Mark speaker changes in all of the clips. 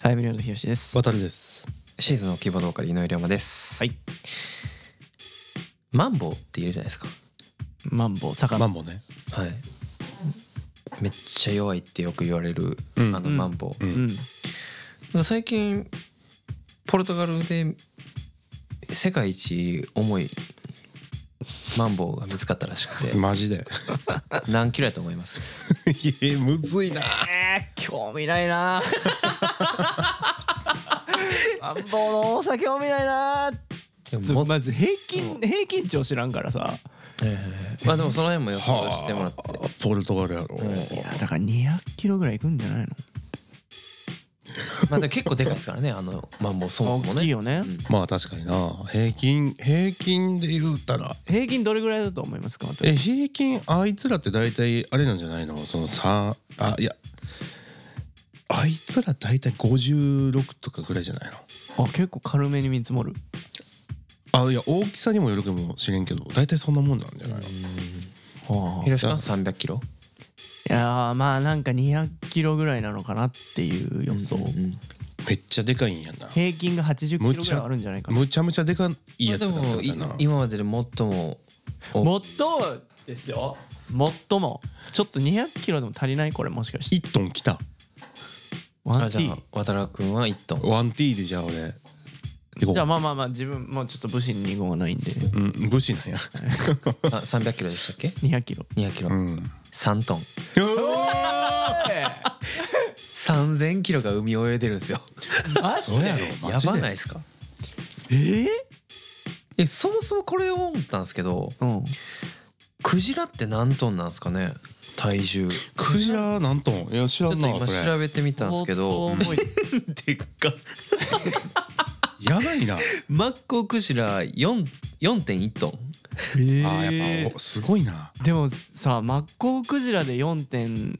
Speaker 1: ファイブリードひろしです。
Speaker 2: 渡るです。
Speaker 3: シーズンの希望のから井上龍馬です。
Speaker 1: はい。
Speaker 3: マンボウっているじゃないですか。
Speaker 1: マンボウ
Speaker 2: マ
Speaker 1: 魚。
Speaker 2: ンボウね。
Speaker 3: はい。めっちゃ弱いってよく言われる、
Speaker 2: うん
Speaker 3: あのマンボウ。
Speaker 2: う。
Speaker 1: うんん。
Speaker 3: なんか最近ポルトガルで世界一重いマンボウが見つかったらしく て
Speaker 2: マジ で。
Speaker 3: 何キロやと思います
Speaker 2: いやむずいな。
Speaker 1: えー、興味ない な。マンボウの大阪興味ないな。ちょっとまず平均平均値を知らんからさ。
Speaker 3: まあでもその辺も予想してもらって
Speaker 2: あ、 ポルトガルやろ。
Speaker 1: いやだから200キロぐらいいくんじゃない
Speaker 3: まあでも結構でかいですからねあのマンボウそ
Speaker 1: の
Speaker 3: も。そ
Speaker 1: 大
Speaker 3: もね
Speaker 1: きいよね。
Speaker 3: うん
Speaker 2: まあ確かにな。平均平均で言うたら。
Speaker 1: 平均どれぐらいだと思いますか。渡
Speaker 2: え平均あいつらって大体あれなんじゃないのそのさあいやあいつら大体56とかぐらいじゃない
Speaker 1: あ結構軽めに見積もる。
Speaker 2: のあいや大きさにもよるかもしれんけど大体そんなもんなんじゃないの
Speaker 1: はあい
Speaker 3: 広島300キロ
Speaker 1: やーまあなんか200キロぐらいなのかなっていう予想。
Speaker 3: ん
Speaker 2: めっちゃでかいんやな
Speaker 1: 平均が80キロぐらいあるんじゃないかな。
Speaker 2: むちゃむちゃでかいやつだった
Speaker 3: まあでもい
Speaker 2: かな
Speaker 3: 今までで最もお
Speaker 1: もっともですよ。もっともちょっと200キロでも足りないこれもしかして。
Speaker 2: 1トン来た
Speaker 1: ワ
Speaker 3: あ
Speaker 1: ンテ
Speaker 3: じゃ
Speaker 1: ィ
Speaker 3: あ渡良君は1トン
Speaker 2: 1T でじゃあ俺行こう
Speaker 1: じゃあまあまあまあ自分もうちょっと武士に2号がないんで
Speaker 2: うん武士なんや
Speaker 3: あ300キロでしたっけ
Speaker 1: 200キロ。
Speaker 3: 200キロ、
Speaker 2: うん
Speaker 3: 3トン
Speaker 2: うわ
Speaker 3: 3000キロが海を泳いでるんですよ
Speaker 2: ーそうやろマ
Speaker 3: や
Speaker 2: ジで
Speaker 3: ばないですか
Speaker 1: えー
Speaker 3: えそもそもこれを思ったんですけど
Speaker 1: うん、
Speaker 3: クジラって何トンなんですかね体重ち
Speaker 2: クジラなんともいや知ら
Speaker 3: ょっと
Speaker 2: んな
Speaker 3: 今
Speaker 2: それ
Speaker 3: 調べてみたんですけど
Speaker 1: 相当重い
Speaker 3: でっか
Speaker 2: やばいな
Speaker 3: マッコウクジラ4 4.1トン
Speaker 2: あーやっぱおすごいな
Speaker 1: でもさマッコウクジラで4.1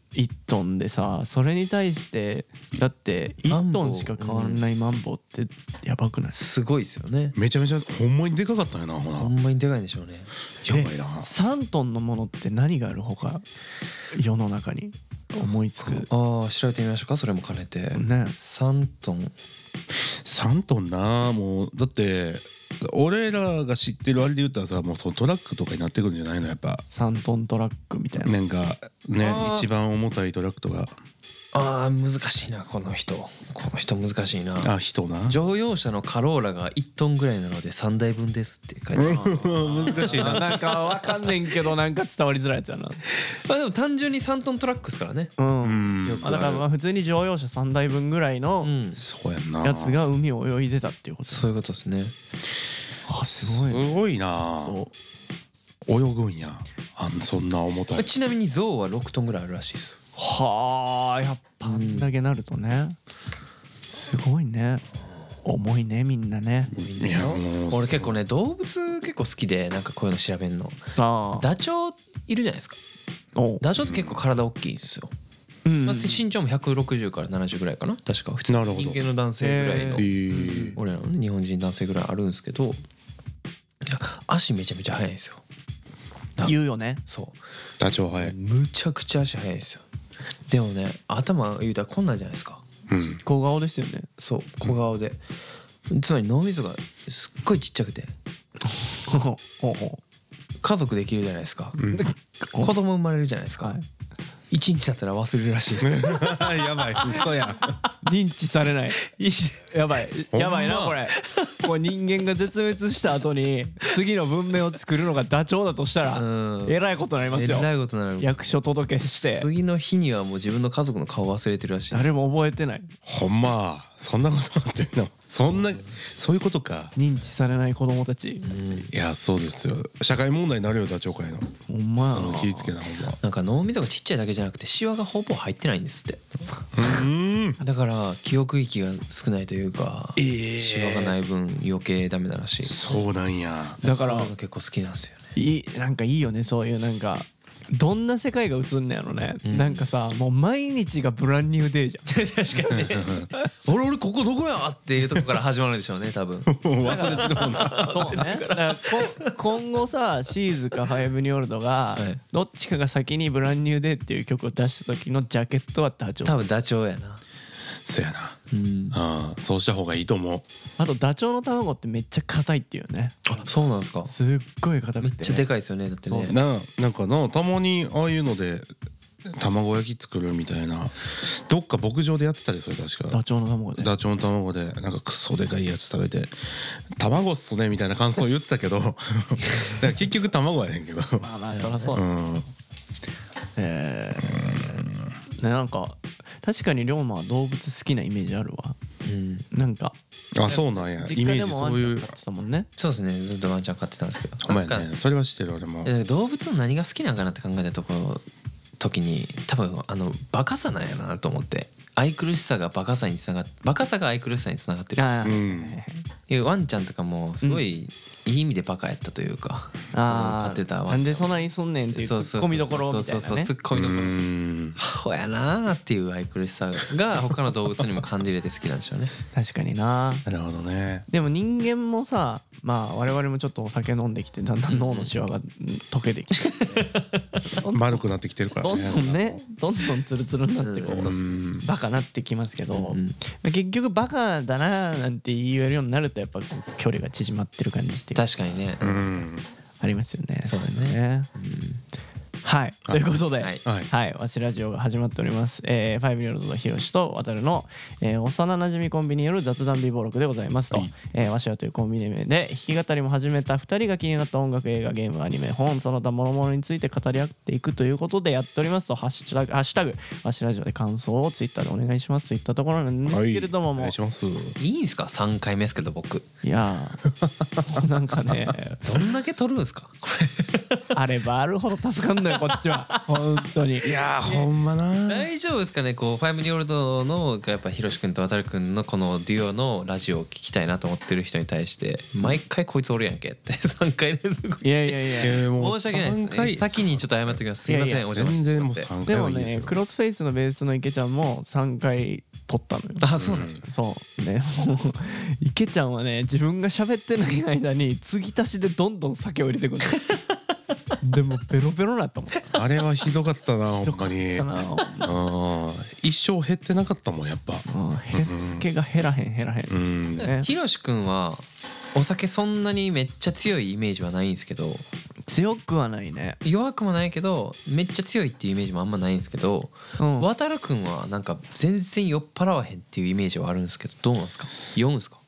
Speaker 1: トンでさそれに対してだって1トンしか変わんないマンボウってやばくない
Speaker 3: すごいですよね
Speaker 2: めちゃめちゃほんまにでかかったよなほら
Speaker 3: ほんまにでかいんでしょうね
Speaker 2: やばいな
Speaker 1: 3トンのものって何があるほか世の中に思いつく
Speaker 3: ああ調べてみましょうかそれも兼ねて
Speaker 1: ね
Speaker 3: 3トン
Speaker 2: 3トンなもうだって俺らが知ってるあれで言ったらさもうそのトラックとかになってくるんじゃないのやっぱ
Speaker 1: 3トントラックみたいな、
Speaker 2: なんかね
Speaker 3: あー
Speaker 2: 一番重たいトラックとか
Speaker 3: あー難しいなこの人この人難しいな
Speaker 2: あ人な
Speaker 3: 乗用車のカローラが1トンぐらいなので3台分ですって書いてある
Speaker 2: 難しいな
Speaker 1: なんかわかんねんけどなんか伝わりづらいやつやな
Speaker 3: まあでも単純に3トントラックですからね
Speaker 1: うん、
Speaker 2: うん
Speaker 3: よく
Speaker 1: あだからまあ普通に乗用車3台分ぐらいの
Speaker 3: うん
Speaker 2: そうやんな
Speaker 1: やつが海を泳いでたっていうこと
Speaker 3: そういうことですね
Speaker 1: あすごいね
Speaker 2: すごいな泳ぐんやあんそんな重たい
Speaker 3: ちなみに象は6トンぐらいあるらしいです
Speaker 1: はあやっぱあんだけなるとね、すごいね重いねみんなね
Speaker 2: いやもう
Speaker 3: 俺結構ね動物結構好きでなんかこういうの調べんの
Speaker 1: ああ
Speaker 3: ダチョウいるじゃないですか
Speaker 1: おう
Speaker 3: ダチョウって結構体大きいんですよ、
Speaker 1: うん
Speaker 3: まあ、身長も160から70ぐらいかな確か普通
Speaker 2: なるほど
Speaker 3: 人間の男性ぐらいの
Speaker 1: へ
Speaker 2: えー
Speaker 3: 俺らのね日本人男性ぐらいあるんですけどいや足めちゃめちゃ速いんですよ
Speaker 1: 言うよ ね
Speaker 3: そう
Speaker 2: ダチョウ早い
Speaker 3: むちゃくちゃ足速いんですよでもね頭言うたらこんなんじゃないですか
Speaker 2: うん
Speaker 1: 小顔ですよね
Speaker 3: そう小顔で、つまり脳みそがすっごいちっちゃくて
Speaker 1: ほうほ
Speaker 3: 家族できるじゃないですか、
Speaker 2: うん
Speaker 3: 子供生まれるじゃないですか、
Speaker 1: はい
Speaker 3: 一日だったら 忘れるらしいですね
Speaker 2: やばい嘘やん
Speaker 1: 認知され ないやばい
Speaker 2: んま
Speaker 1: やばいなこれこれ人間が絶滅した後に次の文明を作るのがダチョウだとしたら
Speaker 3: うん
Speaker 1: えらいことになります
Speaker 3: え
Speaker 1: よ
Speaker 3: らいことになる
Speaker 1: 役所届けして
Speaker 3: 次の日にはもう自分の家族の顔忘れてるらしい
Speaker 1: 誰も覚えてない
Speaker 2: ほんまそんなことなってんのそんなそういうことか
Speaker 1: 認知されない子供たち
Speaker 2: いやそうですよ社会問題になるよダチョウ会の
Speaker 1: ほんまや
Speaker 2: あの
Speaker 1: な
Speaker 2: 気ぃつけなほんま
Speaker 3: なんか脳みそがちっちゃいだけじゃなくてシワがほぼ入ってないんですって
Speaker 2: うん
Speaker 3: だから記憶域が少ないというか、シワがない分余計ダメだらしい
Speaker 2: そうなんや
Speaker 1: だか
Speaker 3: そう
Speaker 1: ら
Speaker 3: いうの結構好きなんですよね
Speaker 1: いいなんかいいよねそういうなんかどんな世界が映んねやろね、なんかさもう毎日がブランニューデーじゃん 確かに
Speaker 3: 俺俺ここどこやっていうとこから始まるんでしょうね 多分
Speaker 2: 忘れてるもんな
Speaker 1: そうねだからこ今後さシーズかファイブニョールドが、
Speaker 3: はい
Speaker 1: どっちかが先に「ブランニューデー」っていう曲を出した時のジャケットはダチョウ
Speaker 3: 多分ダチョウやな
Speaker 2: そやな
Speaker 3: うん
Speaker 2: あそうした方がいいと思う
Speaker 1: あとダチョウの卵ってめっちゃ硬いっていうね
Speaker 3: そうなんですか
Speaker 1: すっごい硬
Speaker 3: め
Speaker 1: く
Speaker 3: ってちゃでかいですよねだってね
Speaker 1: そうそ
Speaker 2: ななんかなたまにああいうので卵焼き作るみたいなどっか牧場でやってたりする確か
Speaker 1: ダチョウの卵で
Speaker 2: ダチョウの卵でなんかクソでかいやつ食べて「卵っすね」みたいな感想言ってた けどだから結局卵やねんけど
Speaker 1: まあまあそりゃそう
Speaker 2: う
Speaker 1: だ
Speaker 2: ん
Speaker 1: えーねなんか確かに龍馬は動物好きなイメージあるわ
Speaker 3: うん
Speaker 1: なんか
Speaker 2: あそうなんやイ
Speaker 1: 実
Speaker 2: メ
Speaker 1: 家で
Speaker 2: ージ
Speaker 1: も
Speaker 2: そ
Speaker 1: ワン
Speaker 2: う
Speaker 1: ちゃ
Speaker 2: い
Speaker 1: ん
Speaker 2: う
Speaker 1: 飼ってたもんね
Speaker 3: そうですねずっとワンちゃん飼ってたんですけど
Speaker 2: お前
Speaker 3: なん
Speaker 2: ねそれは知ってる俺も
Speaker 3: か動物の何が好きなんかなって考えたところ時に多分あのバカさなんやなと思って愛くるしさがバカさにつながっバカさが愛くるしさにつながってる
Speaker 1: ああ、
Speaker 2: うん
Speaker 3: いやワンちゃんとかもすごいいい意味でバカやったというか、その飼
Speaker 1: あ
Speaker 3: ってた
Speaker 1: あ
Speaker 3: ワン
Speaker 1: なんでそんなにそんねんっていうツ
Speaker 3: そうそ
Speaker 1: ッ
Speaker 3: う
Speaker 1: コミどころみたい
Speaker 3: そう
Speaker 1: な
Speaker 3: そう
Speaker 1: ね
Speaker 3: ツッコミどころ
Speaker 2: うん
Speaker 3: アホやなーっていう愛くるしさが他の動物にも感じれて好きなんでしょう ね
Speaker 1: 確かにな
Speaker 2: なるほどね
Speaker 1: でも人間もさまあ我々もちょっとお酒飲んできてだんだん脳のシワがうん溶けてきて
Speaker 2: 丸くなってきてるから
Speaker 1: どん
Speaker 2: ね
Speaker 1: どんねどんどんツルツルになってこ
Speaker 3: うん
Speaker 2: う
Speaker 1: うんバカなってきますけど
Speaker 3: うん
Speaker 1: 結局バカだななんて言えるようになるとやっぱこう距離が縮まってる感じって
Speaker 3: 確かにね、
Speaker 2: うん
Speaker 1: ありますよね
Speaker 3: そうですね
Speaker 1: いのはいということで
Speaker 3: はい
Speaker 2: はい
Speaker 1: はい、わしラジオが始まっております。えー、ファイブニョルドのひろしと渡るの、えー、幼馴染コンビによる雑談美貌録でございますと、えーわしらというコンビニ名で弾き語りも始めた2人が気になった音楽、映画、ゲーム、アニメ、本、その他諸々について語り合っていくということでやっておりますと、ハッシュタグ、ハッシュタグわしラジオで感想をツイッターでお願いしますといったところなんです
Speaker 2: はい
Speaker 1: けれども、
Speaker 2: お
Speaker 1: もう
Speaker 2: 願いします
Speaker 3: いいんすか3回目ですけど僕
Speaker 1: いやーなんかね、
Speaker 3: どんだけ撮るんすかこ
Speaker 1: あればあるほど助かんのよ、こっちは。本当に。
Speaker 2: いやーほんま
Speaker 3: れ
Speaker 2: な
Speaker 3: 大丈夫ですかねこうファイブニオールドのやっぱひろし君と渡る君のこのデュオのラジオを聞きたいなと思ってる人に対して毎回こいつおるやんけって 3回連続
Speaker 1: いやいやいや。
Speaker 2: えーもう
Speaker 3: 申し訳ない
Speaker 2: 三
Speaker 3: です、ね、
Speaker 2: 回
Speaker 3: 先にちょっと謝っときますすいません
Speaker 1: いやいや
Speaker 3: お邪魔して
Speaker 2: 全然もう
Speaker 3: しまっ
Speaker 2: 三
Speaker 1: で
Speaker 2: 回
Speaker 1: も
Speaker 2: はいい
Speaker 1: ね
Speaker 2: です
Speaker 1: ク
Speaker 2: よ
Speaker 1: ロスフェイスのベースの池ちゃんも3回撮ったのよ
Speaker 3: てあそうなんだ、
Speaker 1: そうね もう池ちゃんはね自分が喋ってない間に継ぎ足しでどんどん酒を入れてくるでもベロベロなったもん
Speaker 2: あれはひどかった なほんまに
Speaker 1: だな
Speaker 2: うん一生減ってなかったもんやっぱ
Speaker 1: うんヘラつけが減らへん減らへん
Speaker 2: うん
Speaker 1: ね
Speaker 3: ひろし君はお酒そんなにめっちゃ強いイメージはないんですけど
Speaker 1: 強くはないね
Speaker 3: 弱くもないけどめっちゃ強いっていうイメージもあんまないんですけど、
Speaker 1: うん
Speaker 3: 渡る君はなんか全然酔っ払わへんっていうイメージはあるんですけどどうなんですか酔うんですか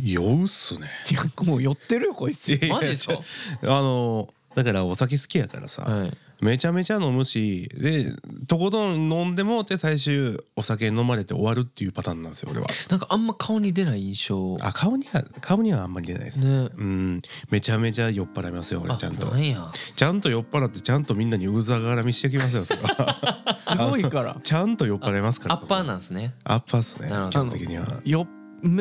Speaker 2: 酔うっすね
Speaker 1: いやもう寄ってるよこいつ
Speaker 3: マジですか
Speaker 2: いやちょあのだからお酒好きやからさ、
Speaker 3: はい
Speaker 2: めちゃめちゃ飲むしでとことん飲んでもうて最終お酒飲まれて終わるっていうパターンなんですよ俺は
Speaker 3: なんかあんま顔に出ない印象
Speaker 2: あ顔には顔にはあんまり出ないです、
Speaker 3: ね
Speaker 2: うんめちゃめちゃ酔っ払いますよ俺
Speaker 3: あ
Speaker 2: ちゃんと
Speaker 3: なんや
Speaker 2: ちゃんと酔っ払ってちゃんとみんなにうざがらみしてきますよそれは
Speaker 1: すごいから
Speaker 2: ちゃんと酔っ払いますから
Speaker 3: アッパー
Speaker 2: そこ
Speaker 3: なんですね
Speaker 2: アッパーっすね基
Speaker 3: なるほど
Speaker 2: 本的には
Speaker 1: よ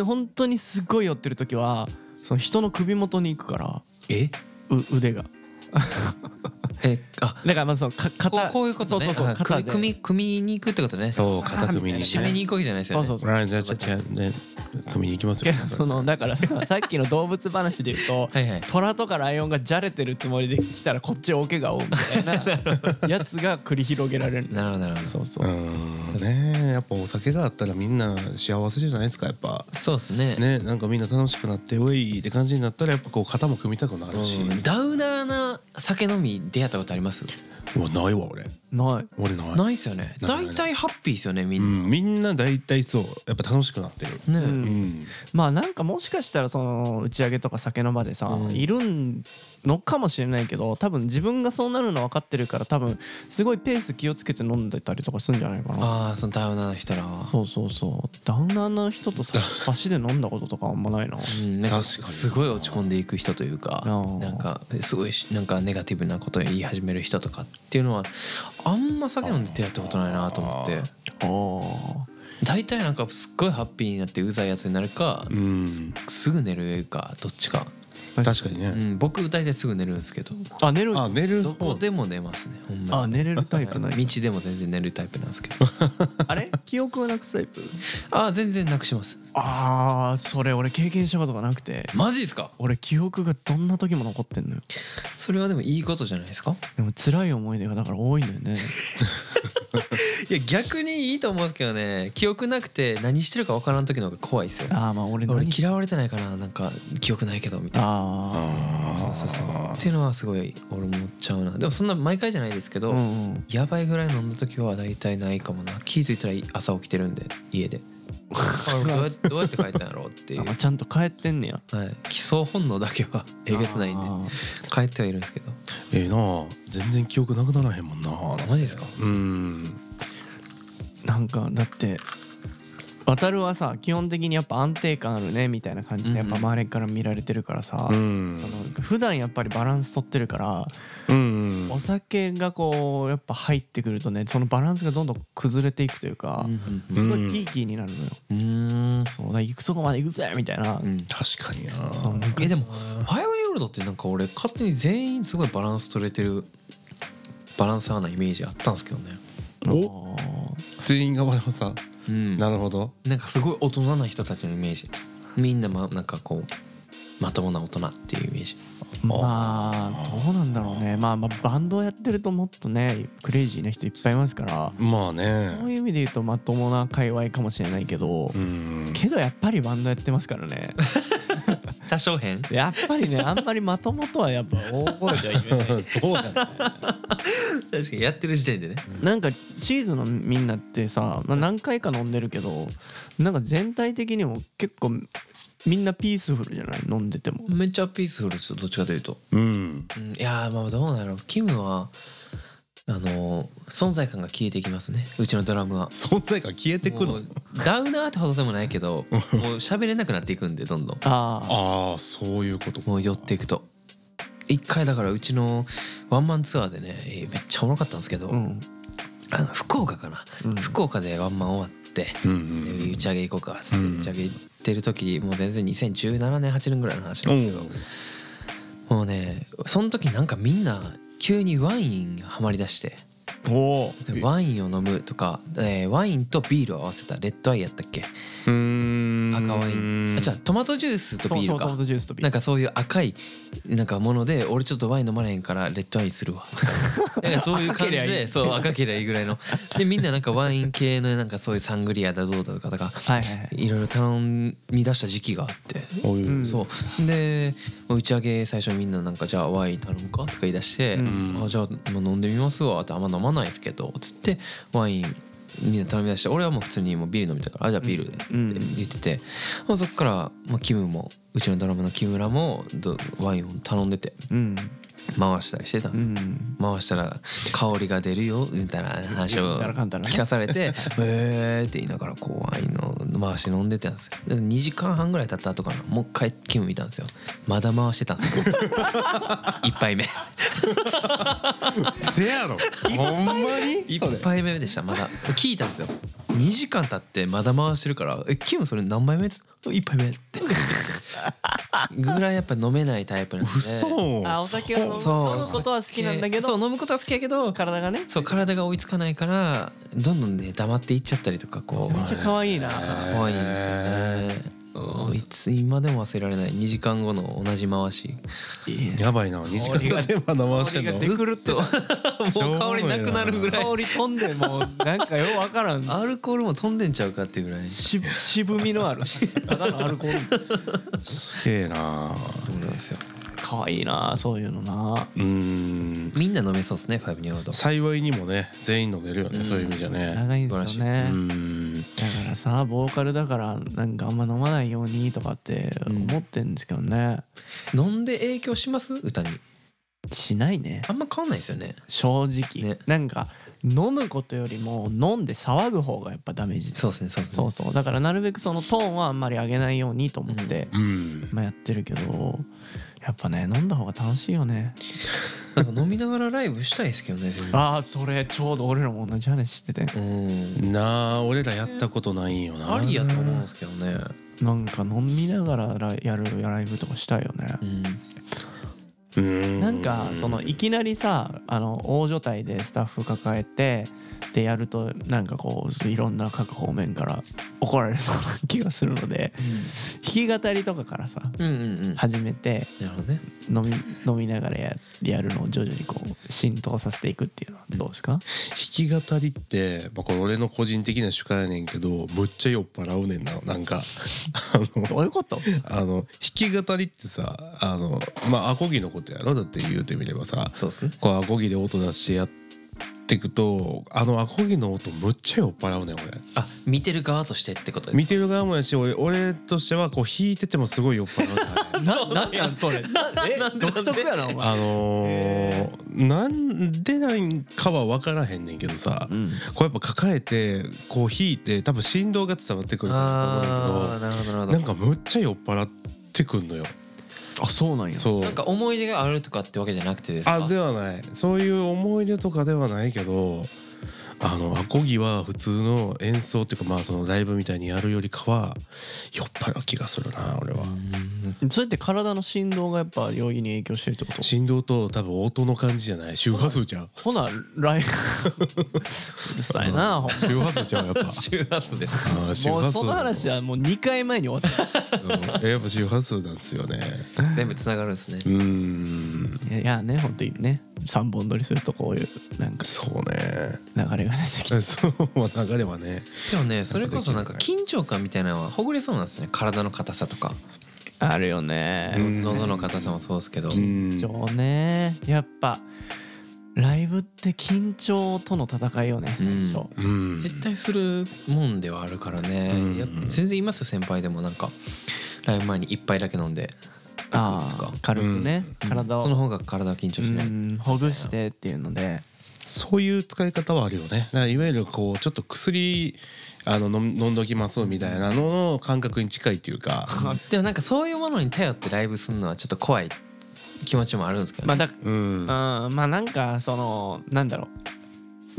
Speaker 1: 本当にすごい寄ってる時はその人の首元に行くから
Speaker 3: え
Speaker 1: う腕が
Speaker 3: えあ
Speaker 1: だからまあそのか肩
Speaker 3: こうこういうことね
Speaker 1: そうそうそう
Speaker 3: あ
Speaker 1: 肩で
Speaker 3: 組み組みに行くってことね
Speaker 2: そう片組にね
Speaker 3: 締めに行くわけじゃないですよね
Speaker 1: そうそうそう
Speaker 2: 俺らじゃあじゃあじゃあね組に行きます
Speaker 1: い
Speaker 2: よ
Speaker 1: やそのだからささっきの動物話で言うと
Speaker 3: はいはい
Speaker 1: 虎とかライオンがじゃれてるつもりで来たらこっち大怪我をみたい なやつが繰り広げられる
Speaker 3: なるほどなるほど
Speaker 1: そうそうう、
Speaker 2: んねえやっぱお酒があったらみんな幸せじゃないですかやっぱ
Speaker 3: そうですね
Speaker 2: ねなんかみんな楽しくなってウェイって感じになったらやっぱこう肩も組みたくなるし、
Speaker 3: うんダウナーな酒飲み出会ったことあります
Speaker 2: うわないわ俺
Speaker 1: ない
Speaker 2: 俺ない
Speaker 3: ないっすよね
Speaker 2: ないない
Speaker 3: 大体ハッピーっすよねみ
Speaker 2: うんん、みんな大体そうやっぱ楽しくなってる
Speaker 3: な
Speaker 1: う
Speaker 3: ね
Speaker 1: ん
Speaker 2: うん
Speaker 1: まあなんかもしかしたらその打ち上げとか酒の場でさ、
Speaker 3: うん
Speaker 1: いるのかもしれないけど多分自分がそうなるの分かってるから多分すごいペース気をつけて飲んでたりとかするんじゃないかな
Speaker 3: ああそのダウナーの人らは
Speaker 1: そうそうそうダウナーな人とさ差しで飲んだこととかあんまないな
Speaker 3: うんなんか
Speaker 2: 確かに
Speaker 3: すごい落ち込んでいく人というか
Speaker 1: あー
Speaker 3: なんかすごいしなんかネガティブなことを言い始める人とかっていうのはあんま酒飲んで出会ったことないなと思って
Speaker 1: あ
Speaker 3: 大体なんかすっごいハッピーになってうざいやつになるか
Speaker 2: うん
Speaker 3: すぐ寝るかどっちか
Speaker 1: はい
Speaker 2: 確かに
Speaker 3: う
Speaker 2: ね、
Speaker 3: ん、僕歌いですぐ寝るんですけど
Speaker 1: あ寝る
Speaker 2: あ寝る
Speaker 3: どこ
Speaker 2: 方
Speaker 3: でも寝ますねほんま
Speaker 1: あ
Speaker 3: に
Speaker 1: 寝れるタイプな
Speaker 3: はいい道でも全然寝るタイプなんですけ ど
Speaker 1: あれ記憶をなくすタイプ
Speaker 3: あ全然なくします
Speaker 1: ああそれ俺経験したことがなくて
Speaker 3: マジですか
Speaker 1: 俺記憶がどんな時も残ってんのよ
Speaker 3: それはでもいいことじゃないですか
Speaker 1: でも辛い思い出がだから多いんだよね
Speaker 3: いや逆にいいと思うんですけどね記憶なくて何してるか分からん時の方が怖いですよ
Speaker 1: ああまあ俺
Speaker 3: 俺
Speaker 1: 何
Speaker 3: 嫌われてないかななんか記憶ないけどみたいな
Speaker 1: あ
Speaker 2: あ
Speaker 3: そうそうそうっていうのはすごい俺思っちゃうなでもそんな毎回じゃないですけ
Speaker 1: あ
Speaker 3: ど、
Speaker 1: うんうん
Speaker 3: やばいぐらい飲んだ時は大体ないかもな気づいたら朝起きてるんで家であれどうやってどうやって帰ったんやろうっていう
Speaker 1: あまあ
Speaker 3: は
Speaker 1: ちゃんと帰ってんねや
Speaker 3: い基礎本能だけはえげつないんで
Speaker 1: あ
Speaker 3: 帰ってはいるんですけど
Speaker 2: ーええな全然記憶なくならへんもんな
Speaker 3: マジですか
Speaker 2: うん
Speaker 1: ーなんかだって渡るはさ基本的にやっぱ安定感あるねみたいな感じでやっぱ
Speaker 3: うんうん
Speaker 1: 周りから見られてるからさ、
Speaker 2: うん
Speaker 1: その普段やっぱりバランス取ってるから
Speaker 2: うん
Speaker 1: お酒がこうやっぱ入ってくるとねそのバランスがどんどん崩れていくというか、
Speaker 3: う
Speaker 1: すごいピーキーになるのよ、
Speaker 3: んうんうん
Speaker 1: そうだから行くとこまで行くぜみたいな、
Speaker 3: うん
Speaker 2: 確かにな
Speaker 1: そうなんか
Speaker 3: えでも「ファイブニールド」ってなんか俺勝手に全員すごいバランス取れてるバランサーなイメージあったんですけどね
Speaker 2: お
Speaker 1: あー
Speaker 2: 全員がバランサー
Speaker 3: うん
Speaker 2: なるほど
Speaker 3: なんかすごい大人な人たちのイメージみんなまなんかこうまともな大人っていうイメージ
Speaker 1: まあどうなんだろうねまあまあバンドやってるともっとねクレイジーな人いっぱいいますから
Speaker 2: まあね
Speaker 1: そういう意味で言うとまともな界隈かもしれないけど、
Speaker 2: うん
Speaker 1: けどやっぱりバンドやってますからね
Speaker 3: 多少変
Speaker 1: やっぱりねあんまりまともとはやっぱ大声では言えない
Speaker 2: そうだね
Speaker 3: 確かにやってる時点でね
Speaker 1: なんかシーズンのみんなってさ、まあ、何回か飲んでるけどなんか全体的にも結構みんなピースフルじゃない飲んでても
Speaker 3: めっちゃピースフルですよどっちかというと、
Speaker 2: うん
Speaker 3: うん、いやーまあどうだろうキムはあのー存在感が消えていきますねうちのドラムは
Speaker 2: 存在感消えてく
Speaker 3: も
Speaker 2: の
Speaker 3: うダウナーってほどでもないけどもう喋れなくなっていくんでどんどん
Speaker 1: あ
Speaker 2: ああそういうこと
Speaker 3: もう寄っていくと一回だからうちのワンマンツアーでねえーめっちゃおもろかったんですけど、
Speaker 1: あうん
Speaker 3: あの福岡かな、
Speaker 1: うん
Speaker 3: 福岡でワンマン終わって、
Speaker 2: うん
Speaker 3: で打ち上げ行こうかっつっ
Speaker 2: うん
Speaker 3: て打ち上げ行ってる時もう全然2017年8年ぐらいの話
Speaker 2: う
Speaker 3: なんんですけどもうねその時なんかみんな急にワインハマりだして
Speaker 1: おー
Speaker 3: 例えばワインを飲むとか、えーワインとビールを合わせたレッドアイやったっけ
Speaker 2: うん
Speaker 3: 赤ワインあじゃあトマトジュースとビール
Speaker 1: トマ
Speaker 3: か
Speaker 1: トジュースとビー
Speaker 3: な
Speaker 1: ル
Speaker 3: んかそういう赤いなんかもので俺ちょっとワイン飲まれへんからレッドアイ するわとかなんかそういう
Speaker 1: 赤
Speaker 3: 感じ
Speaker 1: けりゃい
Speaker 3: で
Speaker 1: い
Speaker 3: そう赤けりゃいいぐらいのでみんななんかワイン系のなんかそういうサングリアだどうだとかとか
Speaker 1: はいはいはい
Speaker 3: いろいろ頼み出した時期があって
Speaker 2: おい
Speaker 1: うん
Speaker 3: そうで打ち上げ最初みんななんかじゃあワイン頼むかとか言い出して、
Speaker 1: うん
Speaker 3: あじゃあまあ飲んでみますわってあんま飲まないですけどつってワインみんな頼み出して俺はもう普通にもうビール飲みたいからあじゃあビールでって
Speaker 1: うん
Speaker 3: 言ってて、まあ、そっから、まあ、キムもうちのドラムの木村もどワインを頼んでて
Speaker 1: うん
Speaker 3: 回したりしてたんで
Speaker 1: う
Speaker 3: すよ、
Speaker 1: ん
Speaker 3: 回したら香りが出るよみたいな話
Speaker 1: う
Speaker 3: を
Speaker 1: んたらかんたらね
Speaker 3: 聞かされて 「えー」って言いながらこうワインの回して飲んでたんですよで2時間半ぐらい経った後かなもう一回キム見たんですよまだ回してたんで すよ1杯目
Speaker 2: せやろほんまに
Speaker 3: 1杯目でしたまだ聞いたんですよ2時間経ってまだ回してるから「えキムそれ何杯目?」って言ったら「1杯目」 ってぐらいやっぱ飲めないタイプなんで
Speaker 2: 嘘
Speaker 1: あお酒を飲む
Speaker 3: そう
Speaker 1: 飲むことは好きなんだけど
Speaker 3: そう飲むことは好きやけど
Speaker 1: 体がねめっ
Speaker 3: そう体が追いつかないからどんどんね黙っていっちゃったりとかこう
Speaker 1: ちゃ可愛いな
Speaker 3: 可愛いんですよね。うんいつ今でも忘れられない2時間後の同じ回し
Speaker 2: やばいな2時間経てば生してん
Speaker 1: 香りが
Speaker 2: の
Speaker 1: 出狂ってた
Speaker 3: もう香りなくなるぐらい
Speaker 1: 香り飛んでもうなんかようわからん
Speaker 3: アルコールも飛んでんちゃうかっていうぐらいそ
Speaker 1: し渋みのあるただのアルコール
Speaker 2: すげえな
Speaker 3: うなんですよ
Speaker 1: 可愛いなそういうのな
Speaker 2: うん
Speaker 3: みんな飲めそうですねファイブニーオールド
Speaker 2: 幸いにもね全員飲めるよねそういう意味じゃね
Speaker 1: 長いんですよね
Speaker 2: うん
Speaker 1: だからさボーカルだからなんかあんま飲まないようにとかって思ってんですけどね、
Speaker 3: 飲んで影響します歌に
Speaker 1: しないね
Speaker 3: あんま変わんないですよね
Speaker 1: 正直、
Speaker 3: ね
Speaker 1: なんか飲むことよりも飲んで騒ぐ方がやっぱダメージ
Speaker 3: そうですねそうです
Speaker 1: そ
Speaker 3: ね
Speaker 1: うそうだからなるべくそのトーンはあんまり上げないようにと思って、
Speaker 2: うん
Speaker 1: まあ、やってるけどやっぱね飲んだ方が楽しいよね
Speaker 3: なんか飲みながらライブしたいですけどね全然
Speaker 1: ああそれちょうど俺らも同じ話してて
Speaker 3: うん
Speaker 2: なあ俺らやったことないんよな
Speaker 3: ありやと思うんですけどね
Speaker 1: なんか飲みながらラやるライブとかしたいよね
Speaker 3: う、ん
Speaker 2: うん
Speaker 1: なんかそのいきなりさあの大所帯でスタッフ抱えてでやるとなんかこういろんな各方面から怒られそうな気がするので弾き語りとかからさ
Speaker 3: うんうんうんな
Speaker 1: 始めて
Speaker 3: るほどね
Speaker 1: 飲み飲みながらややるのを徐々にこう浸透させていくっていうのはどうですか
Speaker 2: 弾き語りって、まあ、これ俺の個人的な主観やねんけどむっちゃ酔っ払うねんななんかあの
Speaker 1: どういうこと
Speaker 2: あの弾き語りってさあのまあアコギのことやろだって言うてみればさ
Speaker 3: そうっすね
Speaker 2: こうアコギで音出してやってくとあのアコギの音むっちゃ酔っ払うねん俺
Speaker 3: あ見てる側としてってことです
Speaker 2: 見てる側もやし俺俺としてはこう弾いててもすごい酔っ 払うからね
Speaker 1: ななんなんそれ なえ独特やなお前
Speaker 2: あのーなんでなんかは分からへんねんけどさ、
Speaker 1: うん
Speaker 2: こうやっぱ抱えてこう弾いて多分振動が伝わってくるんだと思うんだ
Speaker 3: ああなるほ
Speaker 2: けど
Speaker 3: どなるほど
Speaker 2: なんかむっちゃ酔っ払ってくんのよ
Speaker 1: あそうなんや
Speaker 2: そう
Speaker 3: なんか思い出があるとかってわけじゃなくてですか
Speaker 2: あではないそういう思い出とかではないけどあのアコギは普通の演奏っていうかまあそのライブみたいにやるよりかは酔っ払う気がするな俺は
Speaker 3: うん
Speaker 1: それって体の振動がやっぱ容易に影響してるってこと
Speaker 2: 振動と多分音の感じじゃない周波数じゃん
Speaker 1: ほなライ ブうるさいなほんま
Speaker 2: 周波数じゃんやっ ぱ
Speaker 3: 周波数です
Speaker 2: あー周
Speaker 1: もう
Speaker 2: 波数
Speaker 1: その話はもう2回前に終わった
Speaker 2: うんやっぱ周波数なんですよね
Speaker 3: 全部つながるんですね
Speaker 2: うーん
Speaker 1: いやいやね本当にね3本撮りするとこういうなんか
Speaker 2: そうね
Speaker 1: 流れが出てきて
Speaker 2: そうは流れはね
Speaker 3: でもねそれこそなんか緊張感みたいなのはほぐれそうなんですね体の硬さとか
Speaker 1: あるよね
Speaker 2: うん
Speaker 3: 喉の硬さもそうですけど
Speaker 2: うん
Speaker 1: 緊張ねやっぱライブって緊張との戦いよね最初、
Speaker 3: うん
Speaker 2: うん
Speaker 3: 絶対するもんではあるからね、
Speaker 2: うん
Speaker 3: いや全然いますよ先輩でもなんかライブ前に一杯だけ飲んで
Speaker 1: あ
Speaker 3: とか
Speaker 1: あ軽くね、体を
Speaker 3: その方が体は緊張しない、
Speaker 1: うんほぐしてっていうので
Speaker 2: そういう使い方はあるよね。だからいわゆるこうちょっと薬あの飲ん飲んどきますみたいなのの感覚に近いっていう か。
Speaker 3: でもなんかそういうものに頼ってライブするのはちょっと怖い気持ちもあるんですけど、
Speaker 1: まあ
Speaker 3: ね
Speaker 1: だ
Speaker 2: うん。
Speaker 1: うんまあなんかそのなんだろう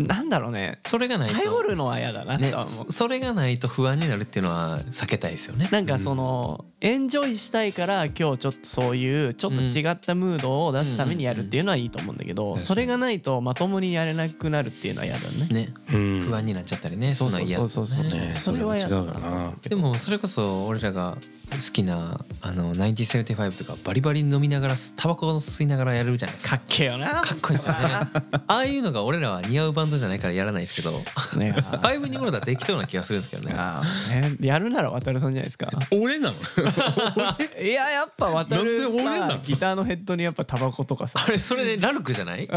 Speaker 1: なんだろうね
Speaker 3: それがないと
Speaker 1: 頼るのは嫌だな
Speaker 3: ね
Speaker 1: とは思う、
Speaker 3: それがないと不安になるっていうのは避けたいですよね
Speaker 1: なんかその、エンジョイしたいから今日ちょっとそういうちょっと違ったムードを出すためにやるっていうのはいいと思うんだけど、
Speaker 2: ん
Speaker 1: それがないとまともにやれなくなるっていうのは嫌だね。
Speaker 3: ね
Speaker 2: うん
Speaker 3: 不安になっちゃったりね、そんなん嫌
Speaker 1: そう
Speaker 3: です
Speaker 1: そ
Speaker 3: よ
Speaker 1: うそうそう
Speaker 3: ね
Speaker 2: ね
Speaker 1: それは嫌だ
Speaker 2: それは違うよな
Speaker 3: でもそれこそ俺らが好きなあの1975とかバリバリ飲みながらタバコを吸いながらやるじゃないです
Speaker 1: か
Speaker 3: か
Speaker 1: っけえよな。
Speaker 3: かっこいいですよね ああいうのが俺らは似合うバンドじゃないからやらないですけど
Speaker 1: ね
Speaker 3: ファイブニモロだってできそうな気がするんですけどね
Speaker 1: ああねやるなら渡るさんじゃないですか。
Speaker 2: 俺なの。
Speaker 1: いややっぱ渡る
Speaker 2: なんで俺な
Speaker 1: さ
Speaker 2: の
Speaker 1: ギターのヘッドにやっぱタバコとかさ
Speaker 3: あれそれでラルクじゃない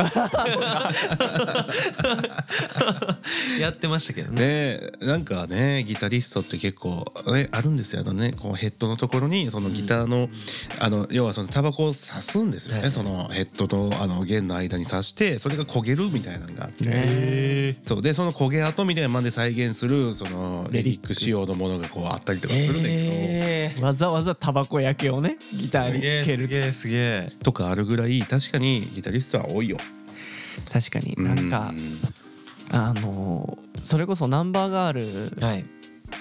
Speaker 3: やってましたけどね
Speaker 2: ねなんかねギタリストって結構ねあるんですよあのねこうヘッドのところにそのギターの、あの要はそのタバコを刺すんですよね、
Speaker 3: はい
Speaker 2: そのヘッドとあの弦の間に刺してそれが焦げるみたいなのがあって、
Speaker 1: へ
Speaker 2: そうでその焦げ跡みたいなまで再現するそのレリック仕様のものがこうあったりとかするんだけど。
Speaker 1: わざわざタバコ焼けをねギターにつける
Speaker 3: げえすげえ
Speaker 2: とかあるぐらい確かにギタリストは多いよ。
Speaker 1: 確かになんかあのーそれこそナンバーガール
Speaker 3: はい、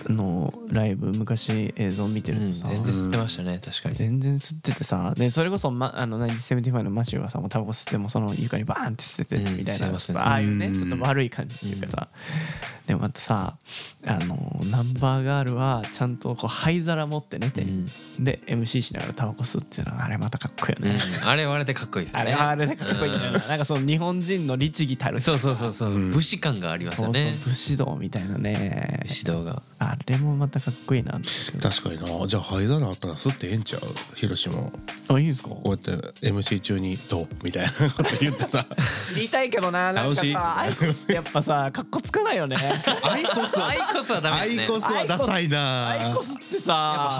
Speaker 1: のライブ昔映像見て
Speaker 3: う
Speaker 1: る
Speaker 3: ん
Speaker 1: とさ、
Speaker 3: 全然吸ってましたね確かに
Speaker 1: 全然吸っててさでそれこそ、ま、あの75のマシューはさもうタバコ吸ってもその床にバーンって捨てて
Speaker 3: うん
Speaker 1: みたい
Speaker 3: 吸
Speaker 1: な、
Speaker 3: いますね
Speaker 1: ああいうね
Speaker 2: うん
Speaker 1: ちょっと悪い感じっていうかさ、でもまたさあのナンバーガールはちゃんとこう灰皿持って寝て、で MC しながらタバコ吸うっていうのはあれまたかっこいいよ
Speaker 3: う
Speaker 1: ね、
Speaker 3: ん、あれはあれでかっこいいですね
Speaker 1: あれはあれでかっこいいよね、なんかその日本人の律儀たる
Speaker 3: そうそうそうそう、
Speaker 2: うん
Speaker 3: 武士感があります
Speaker 1: そ
Speaker 3: よ
Speaker 1: うそう
Speaker 3: ね
Speaker 1: 武士道みたいなね
Speaker 3: 武士道が
Speaker 1: あれもまたかっこいいなって思うけ
Speaker 2: 確かになじゃあ灰皿あったら吸ってええんちゃうヒロシも
Speaker 1: どあいいんですか
Speaker 2: こうやって MC 中に「どう?」みたいなこと言ってさ「
Speaker 1: 言いたいけどななんか
Speaker 2: 楽しい
Speaker 1: さアイコスってやっぱさかっこつかないよ ね
Speaker 2: アイコス
Speaker 3: アイ
Speaker 2: は
Speaker 3: コスはダ
Speaker 2: ア
Speaker 3: メですね
Speaker 2: イコスはダサい
Speaker 1: アイ
Speaker 2: な
Speaker 1: コスって
Speaker 3: やっ
Speaker 1: さ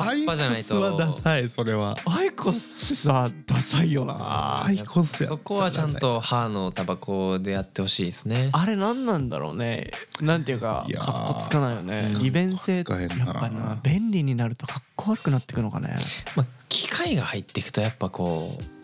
Speaker 3: ぱ
Speaker 2: アイコスはダサいそれは
Speaker 1: アイコスってさダサいよな
Speaker 2: アイコスや
Speaker 3: そこはちゃんと歯のタバコでやってほしいですね
Speaker 1: あれ何なんだろうねなんていうか
Speaker 2: いやー
Speaker 1: かっこつかないよね利便性やっ
Speaker 2: かっこつかへんな
Speaker 1: ぱな便利になるとかっこ悪くなってくのかね
Speaker 3: まあ、機械が入っていくとやっぱこう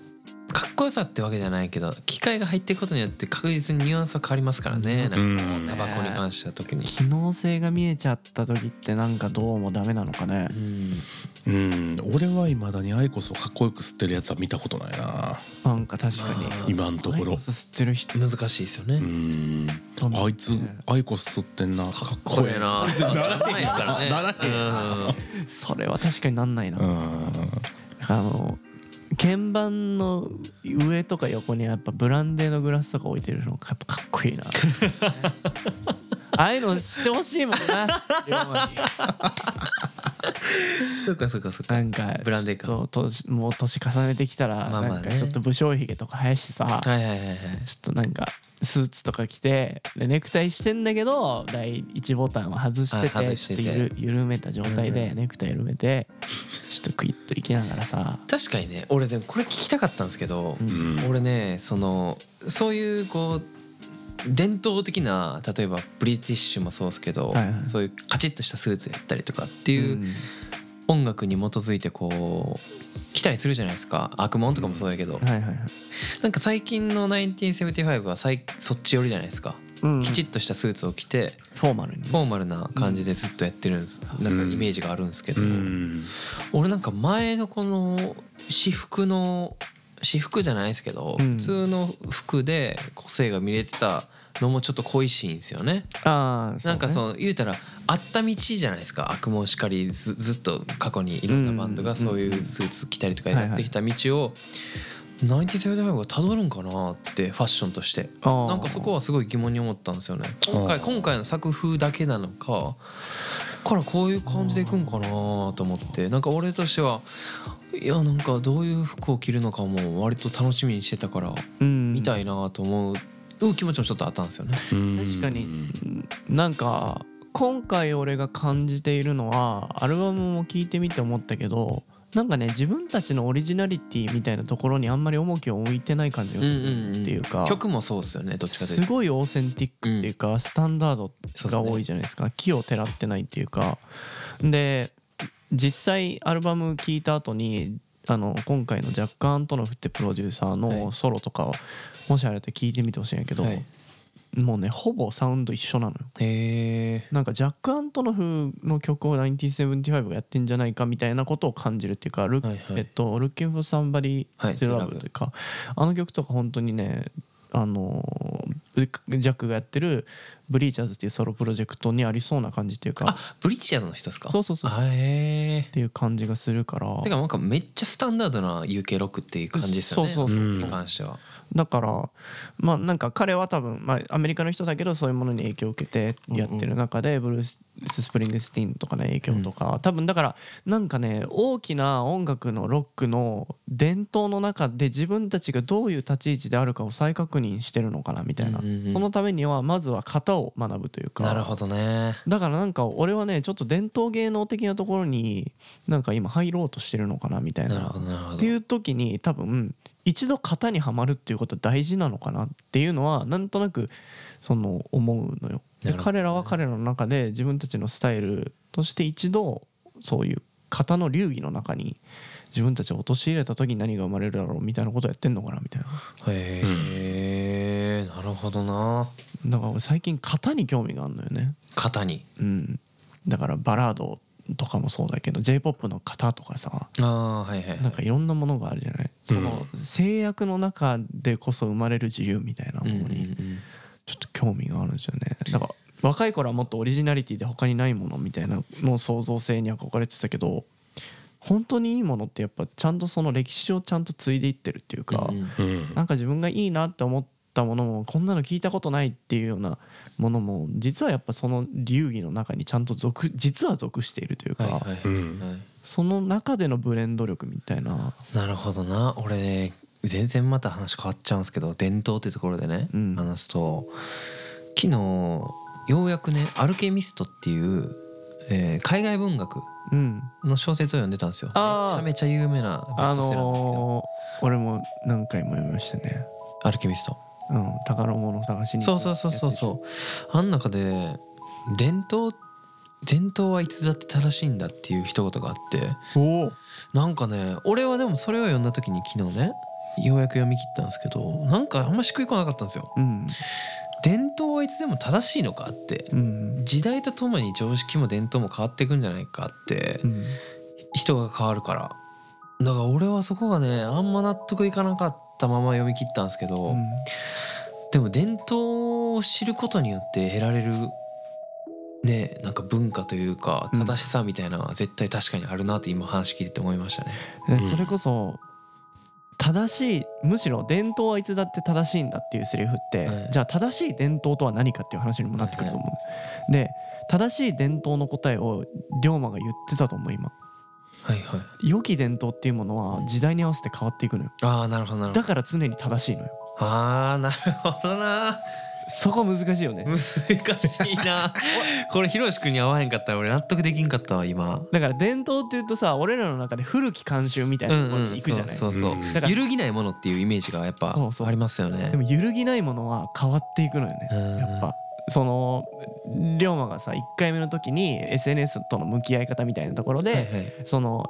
Speaker 3: かっこよさってわけじゃないけど機械が入っていくことによって確実にニュアンスは変わりますからねなんかこ
Speaker 2: うん
Speaker 3: うタバコに関しては特に。
Speaker 1: 機能性が見えちゃった時ってなんかどうもダメなのかね
Speaker 3: うん
Speaker 2: うん俺はいまだにアイコスをかっこよく吸ってるやつは見たことないな
Speaker 1: なんか確かに
Speaker 3: まあ
Speaker 2: 今のとこ
Speaker 1: アイ
Speaker 2: ろ
Speaker 1: コス吸ってる人
Speaker 3: 難しいですよね。
Speaker 2: うんあいつアイコス吸ってんなかっ
Speaker 3: こ
Speaker 2: こ
Speaker 3: れ
Speaker 2: ええ
Speaker 3: な。ならないですからね。
Speaker 2: ならな
Speaker 3: うん
Speaker 1: それは確かになんないな、
Speaker 2: うん
Speaker 1: あの鍵盤の上とか横にやっぱブランデーのグラスとか置いてるのがやっぱかっこいいなああいうのしてほしいもんな龍馬に
Speaker 3: そうかそうかそうか。
Speaker 1: なんか
Speaker 3: ブランデーか
Speaker 1: そう年もう年重ねてきたら
Speaker 3: まあまあ
Speaker 1: なん
Speaker 3: ね
Speaker 1: かちょっと武将髭とか生やしてさ、
Speaker 3: はいはいはいはい。
Speaker 1: ちょっとなんかスーツとか着てでネクタイしてんだけど第1ボタンは外してて
Speaker 3: あ外してて
Speaker 1: ちょっとゆる緩めた状態
Speaker 3: うん
Speaker 1: でネクタイ緩めてちょっとクイッといきながらさ、
Speaker 3: 確かにね、俺でもこれ聞きたかったんですけど
Speaker 1: う、ん
Speaker 2: うん
Speaker 3: 俺ね、そのそういうこう。伝統的な例えばブリティッシュもそうですけど、
Speaker 1: はいはい
Speaker 3: そういうカチッとしたスーツやったりとかっていううん音楽に基づいてこう来たりするじゃないですか悪魔音とかもそうだけど、
Speaker 1: はいはいはい
Speaker 3: なんか最近の1975はさいそっち寄りじゃないですか、
Speaker 1: うん
Speaker 3: きちっとしたスーツを着て
Speaker 1: フォーマルに
Speaker 3: フォーマルな感じでずっとやってるんです、
Speaker 1: うん
Speaker 3: なんかイメージがあるんですけ
Speaker 2: う
Speaker 3: ど、
Speaker 2: ん
Speaker 3: 俺なんか前のこの私服の私服じゃないですけど、
Speaker 1: うん
Speaker 3: 普通の服で個性が見れてたのもちょっと恋しいんですよね。
Speaker 1: ああ
Speaker 3: なんか
Speaker 1: う
Speaker 3: その言うたらあった道じゃないですか悪もしかりずずっと過去にいろんなバンドがそういうスーツ着たりとか
Speaker 1: うんうんうん
Speaker 3: やってきた道を97がたどるんかなってファッションとして
Speaker 1: あー
Speaker 3: なんかそこはすごい疑問に思ったんですよね今回
Speaker 2: あー
Speaker 3: 今回の作風だけなのかからこういう感じでいくんかなと思ってなんか俺としてはいやなんかどういう服を着るのかも割と楽しみにしてたから
Speaker 1: うん
Speaker 3: 見たいなと思ううん気持ちもちょっとあったんですよね。
Speaker 1: 確かになんか今回俺が感じているのはアルバムも聴いてみて思ったけどなんかね自分たちのオリジナリティみたいなところにあんまり重きを置いてない感じがするっていうか、
Speaker 3: 曲もそうですよねどっちかという
Speaker 1: す
Speaker 3: と
Speaker 1: ごいオーセンティックっていうか、スタンダードが多いじゃないですか木をてらってないっていうかで実際アルバム聴いた後にあの今回のジャック・アントノフってプロデューサー
Speaker 3: はい
Speaker 1: のソロとかを、もしあれだったら聴いてみてほしいんやけど、
Speaker 3: はい
Speaker 1: もうねほぼサウンド一緒なのよ
Speaker 3: へえ
Speaker 1: なんかジャック・アントノフの曲を1975がやってんじゃないかみたいなことを感じるっていうか「ル
Speaker 3: はいはい
Speaker 1: えっと、Looking for Somebody
Speaker 3: はい
Speaker 1: to
Speaker 3: to
Speaker 1: Love」
Speaker 3: Love
Speaker 1: というかあの曲とか本当にねあのジャックがやってる「ブリーチャーズ」っていうソロプロジェクトにありそうな感じっていう
Speaker 3: あ
Speaker 1: か
Speaker 3: ブリッジャーズの人ですか
Speaker 1: そうそうそうっ
Speaker 3: あへえ
Speaker 1: ていう感じがするから
Speaker 3: てかなんかめっちゃスタンダードな UK ロックっていう感じですよね
Speaker 1: そうそう
Speaker 2: そう
Speaker 3: 音楽に関しては
Speaker 1: だからまあなんか彼は多分、まあ、アメリカの人だけどそういうものに影響を受けてやってる中で、ブルース・スプリングスティーンとかの影響とか、多分だからなんかね大きな音楽のロックの伝統の中で自分たちがどういう立ち位置であるかを再確認してるのかなみたいな、
Speaker 3: うんうんうん
Speaker 1: そのためにはまずは型を学ぶというか
Speaker 3: なるほどね
Speaker 1: だからなんか俺はねちょっと伝統芸能的なところになんか今入ろうとしてるのかなみたい
Speaker 3: なる
Speaker 1: な
Speaker 3: ほどなるほ
Speaker 1: っ
Speaker 3: ど
Speaker 1: ていう時に多分一度型にはまるっていうことは大事なのかなっていうのはなんとなくその思うのよ。
Speaker 3: な
Speaker 1: で
Speaker 3: るほどね
Speaker 1: 彼らは彼らの中で自分たちのスタイルとして一度そういう型の流儀の中に自分たちを陥れた時に何が生まれるだろうみたいなことをやってんのかなみたいな。
Speaker 3: へえなるほどな
Speaker 1: だから俺最近型に興味があるのよね。
Speaker 3: 型に
Speaker 1: うん、だからバラードとかもそうだけど j p o p の型とかさ、
Speaker 3: ああはいはい
Speaker 1: なんかいろんなものがあるじゃないその制約の中でこそ生まれる自由みたいな
Speaker 3: う
Speaker 1: も
Speaker 3: んうんう
Speaker 1: のに
Speaker 3: ん
Speaker 1: ちょっと興味があるんですよねだから若い頃はもっとオリジナリティで他にないものみたいなの創造性に憧れてたけど本当にいいものってやっぱちゃんとその歴史をちゃんと継いでいってるっていうか
Speaker 3: うんうん
Speaker 2: うん
Speaker 1: なんか自分がいいなって思ったものもこんなの聞いたことないっていうようなものも実はやっぱその流儀の中にちゃんと属実は属しているというか、
Speaker 3: はいはいはい
Speaker 2: うん
Speaker 3: はい
Speaker 1: その中でのブレンド力みたいな。
Speaker 3: なるほどな俺全然また話変わっちゃうんですけど伝統ってところでね、
Speaker 1: うん
Speaker 3: 話すと昨日ようやくね「アルケミスト」っていう、えー海外文学
Speaker 1: うん
Speaker 3: の小説を読んでたんですよめち
Speaker 1: あー
Speaker 3: ゃめちゃ有名なベ
Speaker 1: あ
Speaker 3: ストセラーなんですけど「
Speaker 1: のー、俺も何回も読みましたね。
Speaker 3: アルケミスト
Speaker 1: うん、宝物を探し」に
Speaker 3: そ
Speaker 1: 行
Speaker 3: う
Speaker 1: く
Speaker 3: そうそうそう
Speaker 1: や
Speaker 3: そうあん中で伝統伝統はいつだって正しいんだっていう一言があって
Speaker 1: つでしょ。おお。
Speaker 3: なんかね俺はでもそれを読んだ時に昨日ねようやく読み切ったんですけどなんかあんましっくりこなかったんですよ
Speaker 1: うん
Speaker 3: 伝統はいつでも正しいのかって
Speaker 1: うん
Speaker 3: 時代とともに常識も伝統も変わっていくんじゃないかって
Speaker 1: うん
Speaker 3: 人が変わるからだから俺はそこがねあんま納得いかなかったまま読み切ったんですけど、
Speaker 1: うん
Speaker 3: でも伝統を知ることによって得られるねなんか文化というか
Speaker 1: うん
Speaker 3: 正しさみたいなのは絶対確かにあるなって今話聞いてて思いましたね。
Speaker 1: で
Speaker 2: うん
Speaker 1: それこそ正しいむしろ伝統はいつだって正しいんだっていうセリフって、
Speaker 3: はい
Speaker 1: じゃあ正しい伝統とは何かっていう話にもなってくると思う、で正しい伝統の答えを龍馬が言ってたと思う今
Speaker 3: はいはい。
Speaker 1: 良き伝統っていうものは時代に合わせて変わっていくのよ
Speaker 3: ああなるほどなるほ
Speaker 1: だ
Speaker 3: ど。
Speaker 1: から常に正しいのよ
Speaker 3: ああなるほどな。
Speaker 1: そこ難しいよね
Speaker 3: 難しい な。これひろし君に合わへんかったら俺納得できんかったわ今。
Speaker 1: だから伝統っていうとさ俺らの中で古き慣習みたいなところに行くじゃない、
Speaker 3: そうそうそう。
Speaker 2: うん
Speaker 1: だから
Speaker 3: 揺るぎないものっていうイメージがやっぱ
Speaker 1: そうそう
Speaker 3: ありますよね
Speaker 1: で。も揺るぎないものは変わっていくのよね
Speaker 3: うん
Speaker 1: やっぱその龍馬がさ1回目の時に SNS との向き合い方みたいなところで、
Speaker 3: はいはい
Speaker 1: その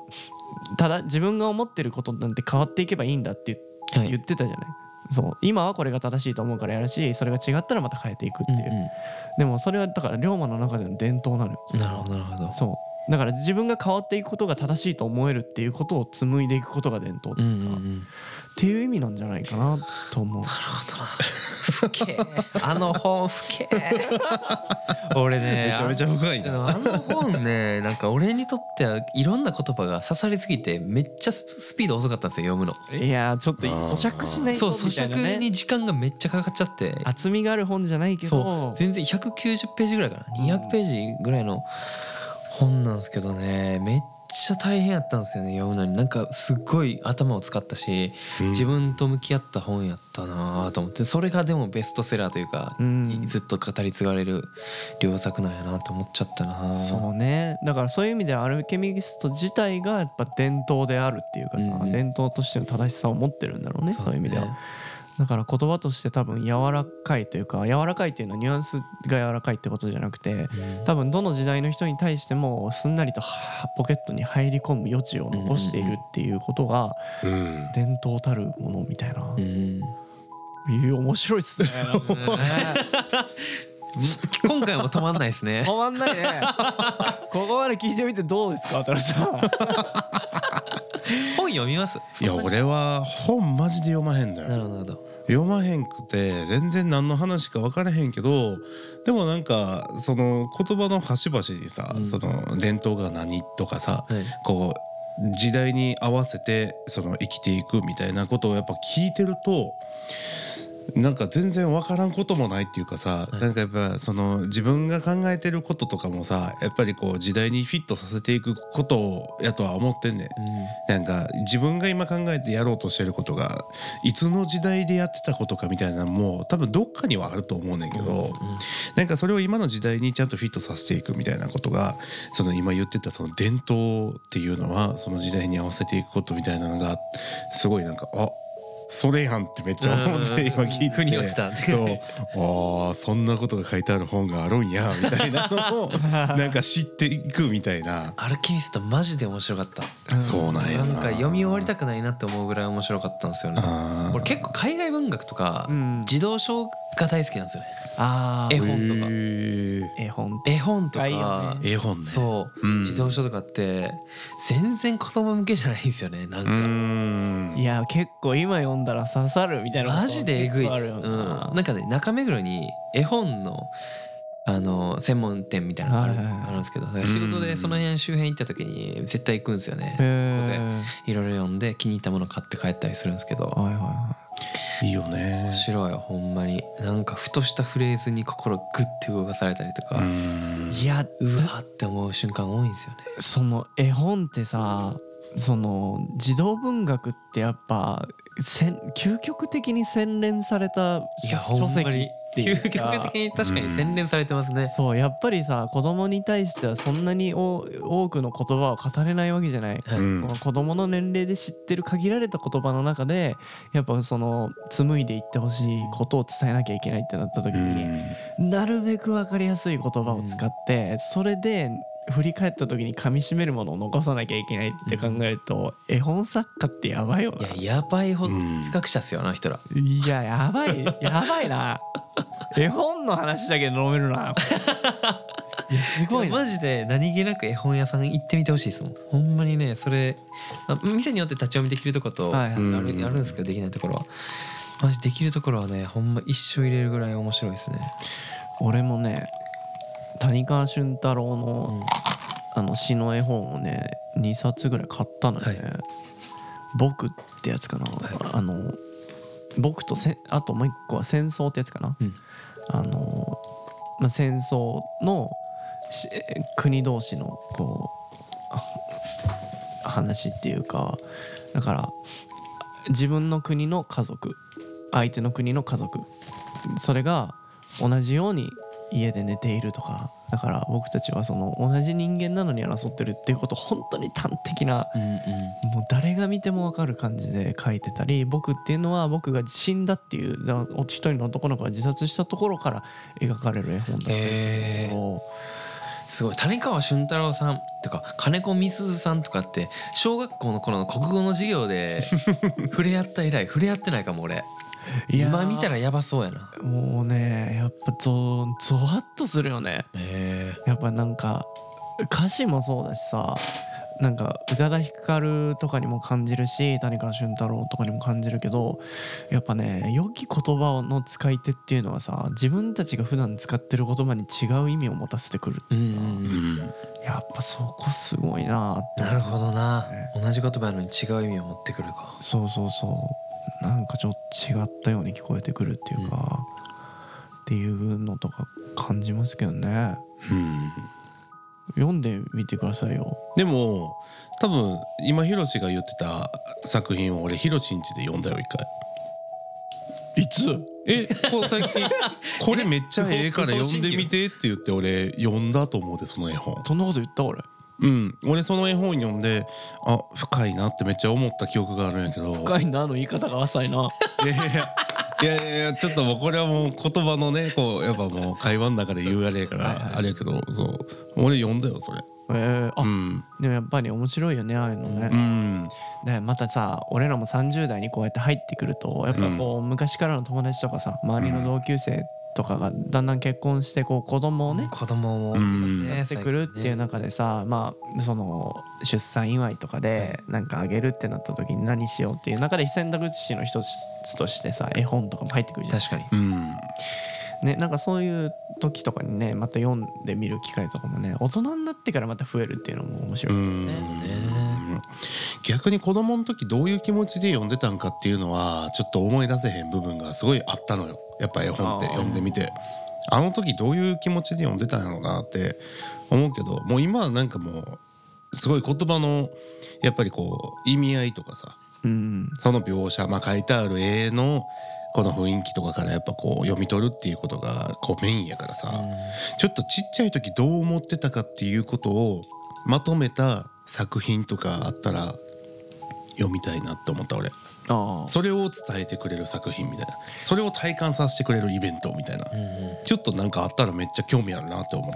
Speaker 1: ただ自分が思ってることなんて変わっていけばいいんだって
Speaker 3: は
Speaker 1: 言言
Speaker 3: い。
Speaker 1: ってたじゃない。そう今はこれが正しいと思うからやるしそれが違ったらまた変えていくって
Speaker 3: う
Speaker 1: い
Speaker 3: ん
Speaker 1: う、
Speaker 3: う
Speaker 1: でもそれはだから龍馬の中での伝統なのよ
Speaker 3: ん。なるほどなるほど。
Speaker 1: そうだから自分が変わっていくことが正しいと思えるっていうことを紡いでいくことが伝統って
Speaker 3: う
Speaker 1: い
Speaker 3: ん
Speaker 1: う
Speaker 3: う
Speaker 1: か
Speaker 3: んうん。
Speaker 1: っていう意味なんじゃないかなと思う
Speaker 3: なるほどな。ふ けえ。あの本ふけえ。俺ね。
Speaker 2: めちゃめちゃ深い
Speaker 3: あの
Speaker 2: な
Speaker 3: あの本ね、なんか俺にとってはいろんな言葉が刺さりすぎてめっちゃスピード遅かったんですよ読むの。
Speaker 1: いやーちょっと
Speaker 2: あー
Speaker 1: 咀嚼しない
Speaker 3: そ
Speaker 1: と
Speaker 3: う
Speaker 1: みた
Speaker 3: 咀
Speaker 1: いな、ね、
Speaker 3: 嚼に時間がめっちゃかかっちゃって。
Speaker 1: 厚みがある本じゃないけ
Speaker 3: そ
Speaker 1: ど
Speaker 3: う全然190ページぐらいかな200ページぐらいの本なんですけどねめっちゃ大変やったんですよね読むのになんかすっごい頭を使ったし
Speaker 2: うん
Speaker 3: 自分と向き合った本やったなと思ってそれがでもベストセラーというか
Speaker 1: うん
Speaker 3: ずっと語り継がれる良作なんやなと思っちゃったな
Speaker 1: そうねだからそういう意味ではアルケミスト自体がやっぱ伝統であるっていうかさ、
Speaker 3: うんうん
Speaker 1: 伝統としての正しさを持ってるんだろうねそう
Speaker 3: ですね
Speaker 1: いう意味ではだから言葉として多分柔らかいというか柔らかいっていうのはニュアンスが柔らかいってことじゃなくて多分どの時代の人に対してもすんなりとはポケットに入り込む余地を残しているっていうことが
Speaker 2: うん
Speaker 1: 伝統たるものみたいな、
Speaker 3: うん
Speaker 1: いう面白いっすね
Speaker 3: 今回も止まんないで すね
Speaker 1: 止まんないねここまで聞いてみてどうですか渡辺さん
Speaker 3: 本読みます
Speaker 2: いや俺は本マジで読まへんの
Speaker 3: な
Speaker 2: よ
Speaker 3: るほどなるほど
Speaker 2: 読まへんくて全然何の話か分からへんけどでもなんかその言葉の端々にさ、
Speaker 3: うん
Speaker 2: その伝統が何とかさ、
Speaker 3: はい
Speaker 2: こう時代に合わせてその生きていくみたいなことをやっぱ聞いてるとなんか全然分からんこともないっていうかさ、
Speaker 3: はい
Speaker 2: なんかやっぱその自分が考えてることとかもさやっぱりこう時代にフィットさせていくことをやとは思ってんねん。なんか自分が今考えてやろうとしてることがいつの時代でやってたことかみたいなのも多分どっかにはあると思うねんけど、なんかそれを今の時代にちゃんとフィットさせていくみたいなことがその今言ってたその伝統っていうのはその時代に合わせていくことみたいなのがすごいなんかあそれやんってめっちゃ思って今聞いて
Speaker 3: 腑に落ちた
Speaker 2: そうあーそんなことが書いてある本があるんやみたいなのをなんか知っていくみたいな。
Speaker 3: アルケミストマジで面白かった
Speaker 2: そうなんや
Speaker 3: な
Speaker 2: なん
Speaker 3: か読み終わりたくないなって思うぐらい面白かったんですよね
Speaker 2: あー
Speaker 3: 俺結構海外文学とか
Speaker 1: うん
Speaker 3: 児童書が大好きなんですよね
Speaker 1: あ
Speaker 3: 絵
Speaker 1: ー
Speaker 3: 本とか
Speaker 2: へー
Speaker 1: 絵本って
Speaker 3: 絵本と
Speaker 1: あいいよ
Speaker 3: か
Speaker 1: ね
Speaker 2: 絵本ね
Speaker 3: そう
Speaker 2: うん
Speaker 3: 児童書とかって全然子供向けじゃないんですよねなん
Speaker 2: う
Speaker 3: か
Speaker 2: ん
Speaker 1: いや結構今読んだら刺さるみたいなこと
Speaker 3: マジでえぐい
Speaker 1: 結
Speaker 3: っ
Speaker 1: 構あ
Speaker 3: す
Speaker 1: る
Speaker 3: う
Speaker 1: よ
Speaker 3: ん
Speaker 1: な
Speaker 3: なんかね中目黒に絵本のあの専門店みたいなのがある
Speaker 1: はいはいはい
Speaker 3: あるんですけどだから仕事でその辺周辺行った時に絶対行くんですよね
Speaker 1: へ
Speaker 3: そこで
Speaker 1: ー
Speaker 3: いろいろ読んで気に入ったもの買って帰ったりするんですけど
Speaker 1: はいはいはい
Speaker 2: いよね
Speaker 3: 面白いよほんまになんかふとしたフレーズに心グッて動かされたりとか、う
Speaker 1: いいや
Speaker 3: わーって思う瞬間多いんですよね
Speaker 1: その絵本ってさその児童文学ってやっぱせん究極的に洗練された
Speaker 3: いや
Speaker 1: 書
Speaker 3: ほんま
Speaker 1: 籍っ
Speaker 3: に
Speaker 1: てい
Speaker 3: 究
Speaker 1: うか
Speaker 3: 極的に確かに洗練されてますね、
Speaker 1: そうやっぱりさ子供に対してはそんなにお多くの言葉を語れないわけじゃない。
Speaker 3: はい
Speaker 2: うん
Speaker 1: その子供の年齢で知ってる限られた言葉の中でやっぱその紡いでいってほしいことを伝えなきゃいけないってなった時に、なるべく分かりやすい言葉を使って、それで振り返った時に噛み締めるものを残さなきゃいけないって考えると、絵本作家ってやばいよな。
Speaker 3: いややばいほど
Speaker 2: うん
Speaker 3: 哲学者っすよあの人ら
Speaker 1: いややばいやばいな。絵本の話だけで飲めるな。いやすごいな。
Speaker 3: マジで何気なく絵本屋さん行ってみてほしいですもんほんまにねそれあ店によって立ち読みできるとこと
Speaker 1: はいは
Speaker 3: あ
Speaker 1: い
Speaker 3: る,、
Speaker 2: うん
Speaker 3: あるんですけどできないところはマジできるところはねほんま一生入れるぐらい面白いですね
Speaker 1: 俺もね谷川俊太郎の、あの詩の絵本をね2冊ぐらい買ったのよね。
Speaker 3: は
Speaker 1: 僕ってやつかな。あの僕とせあともう一個は戦争ってやつかな。
Speaker 3: うん
Speaker 1: あのまあ、戦争のし国同士のこうあ話っていうかだから自分の国の家族相手の国の家族それが同じように家で寝ているとかだから僕たちはその同じ人間なのに争ってるっていうこと本当に端的な
Speaker 3: うんうん
Speaker 1: もう誰が見ても分かる感じで書いてたり僕っていうのは僕が死んだっていうだお一人の男の子が自殺したところから描かれる絵本だったんですけど、
Speaker 3: すごい谷川俊太郎さんとか金子みすずさんとかって小学校の頃の国語の授 業で触れ合った以来触れ合ってないかも俺
Speaker 1: いやー
Speaker 3: 今見たらやばそうやな
Speaker 1: もうねやっぱゾゾワッとするよね
Speaker 3: へ
Speaker 1: やっぱなんか歌詞もそうだしさなんか宇多田ヒカルとかにも感じるし谷川俊太郎とかにも感じるけどやっぱね良き言葉の使い手っていうのはさ自分たちが普段使ってる言葉に違う意味を持たせてくる
Speaker 3: えうんうんうん
Speaker 2: うん
Speaker 1: やっぱそこすごいなって
Speaker 3: なるほどな
Speaker 1: ね
Speaker 3: 同じ言葉やのに違う意味を持ってくるか
Speaker 1: そうそうそうなんかちょっと違ったように聞こえてくるっていうか、っていうのとか感じますけどね
Speaker 2: うん
Speaker 1: 読んでみてくださいよ
Speaker 2: でも多分今ヒロシが言ってた作品を俺ヒロシんちで読んだよ一回
Speaker 1: いつ
Speaker 2: えこう最 近これめっちゃええから読んでみてって言って俺読んだと思うでその絵本
Speaker 1: そんなこと言った俺
Speaker 2: うん俺その絵本読んであ深いなってめっちゃ思った記憶があるんやけど
Speaker 1: 深いなあの言い方が浅いない
Speaker 2: やいやいやいやいやいやちょっともうこれはもう言葉のねこうやっぱもう会話の中で言うあれやか
Speaker 1: はいはい
Speaker 2: らあれやけどそう俺読んだよそれ
Speaker 1: えー、あ、
Speaker 2: うん
Speaker 1: でもやっぱり面白いよねああいうのね、
Speaker 2: うん
Speaker 1: でまたさ俺らも30代にこうやって入ってくるとやっぱこう、昔からの友達とかさ周りの同級生とかがだんだん結婚してこう子供をね、
Speaker 3: 子供も
Speaker 2: うん
Speaker 1: やってくるっていう中でさ、まあその出産祝いとかでなんかあげるってなった時に何しようっていう中で選択肢の一つとしてさ絵本とかも入ってくるじゃん。
Speaker 3: 確かに
Speaker 2: うん
Speaker 1: ねなんかそういう時とかにねまた読んでみる機会とかもね大人になってからまた増えるっていうのも面白
Speaker 2: う
Speaker 1: いですよ
Speaker 2: ん
Speaker 1: ね。
Speaker 2: 逆に子供の時どういう気持ちで読んでたんかっていうのはちょっと思い出せへん部分がすごいあったのよやっぱ絵本って
Speaker 1: あー
Speaker 2: 読んでみてあの時どういう気持ちで読んでたんやろうなって思うけどもう今はなんかもうすごい言葉のやっぱりこう意味合いとかさ
Speaker 1: うん
Speaker 2: その描写、まあ、書いてある絵のこの雰囲気とかからやっぱこう読み取るっていうことがこうメインやからさ、ちょっとちっちゃい時どう思ってたかっていうことをまとめた作品とかあったら読みたいなって思った俺
Speaker 1: ああ
Speaker 2: それを伝えてくれる作品みたいなそれを体感させてくれるイベントみたいな、ちょっとなんかあったらめっちゃ興味あるなって思っ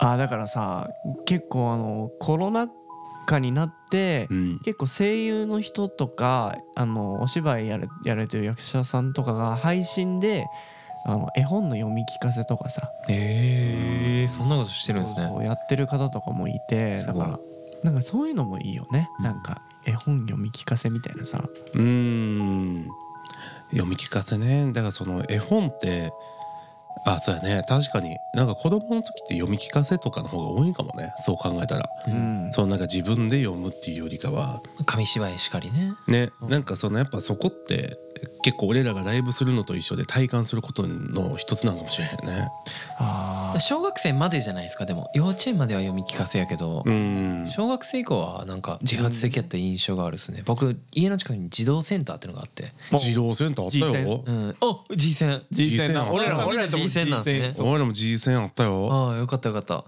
Speaker 2: た。
Speaker 1: あだからさ結構あのコロナ禍になって、
Speaker 2: うん
Speaker 1: 結構声優の人とかあのお芝居やれやれてる役者さんとかが配信であの絵本の読み聞かせとかさ、
Speaker 3: ええそんなことしてるんです
Speaker 1: そうそ
Speaker 3: ね
Speaker 1: うやってる方とかもいて
Speaker 3: す
Speaker 1: だ
Speaker 3: ごい
Speaker 1: からなんかそういうのもいいよね、なんか絵本読み聞かせみたいなさ
Speaker 2: うーん読み聞かせねだからその絵本ってあそうやね確かになんか子供の時って読み聞かせとかの方が多いかもねそう考えたら、
Speaker 1: うん
Speaker 2: そのなんか自分で読むっていうよりかは
Speaker 3: 紙芝居しかりね
Speaker 2: ねなんかそのやっぱそこって結構俺らがライブするのと一緒で体感することの一つなんかもしれへんね
Speaker 1: あー
Speaker 3: 小学生までじゃないですかでも幼稚園までは読み聞かせやけど
Speaker 2: うーん
Speaker 3: 小学生以降はなんか自発的やった印象があるですね僕家の近くに児童センターっていうのがあって
Speaker 2: 児童センターあったよ
Speaker 3: うんお G 戦
Speaker 2: 実践な
Speaker 1: 俺ら俺らとも
Speaker 3: G 戦なんですね
Speaker 2: 俺らも G 戦あったよ
Speaker 3: ああよかったよかった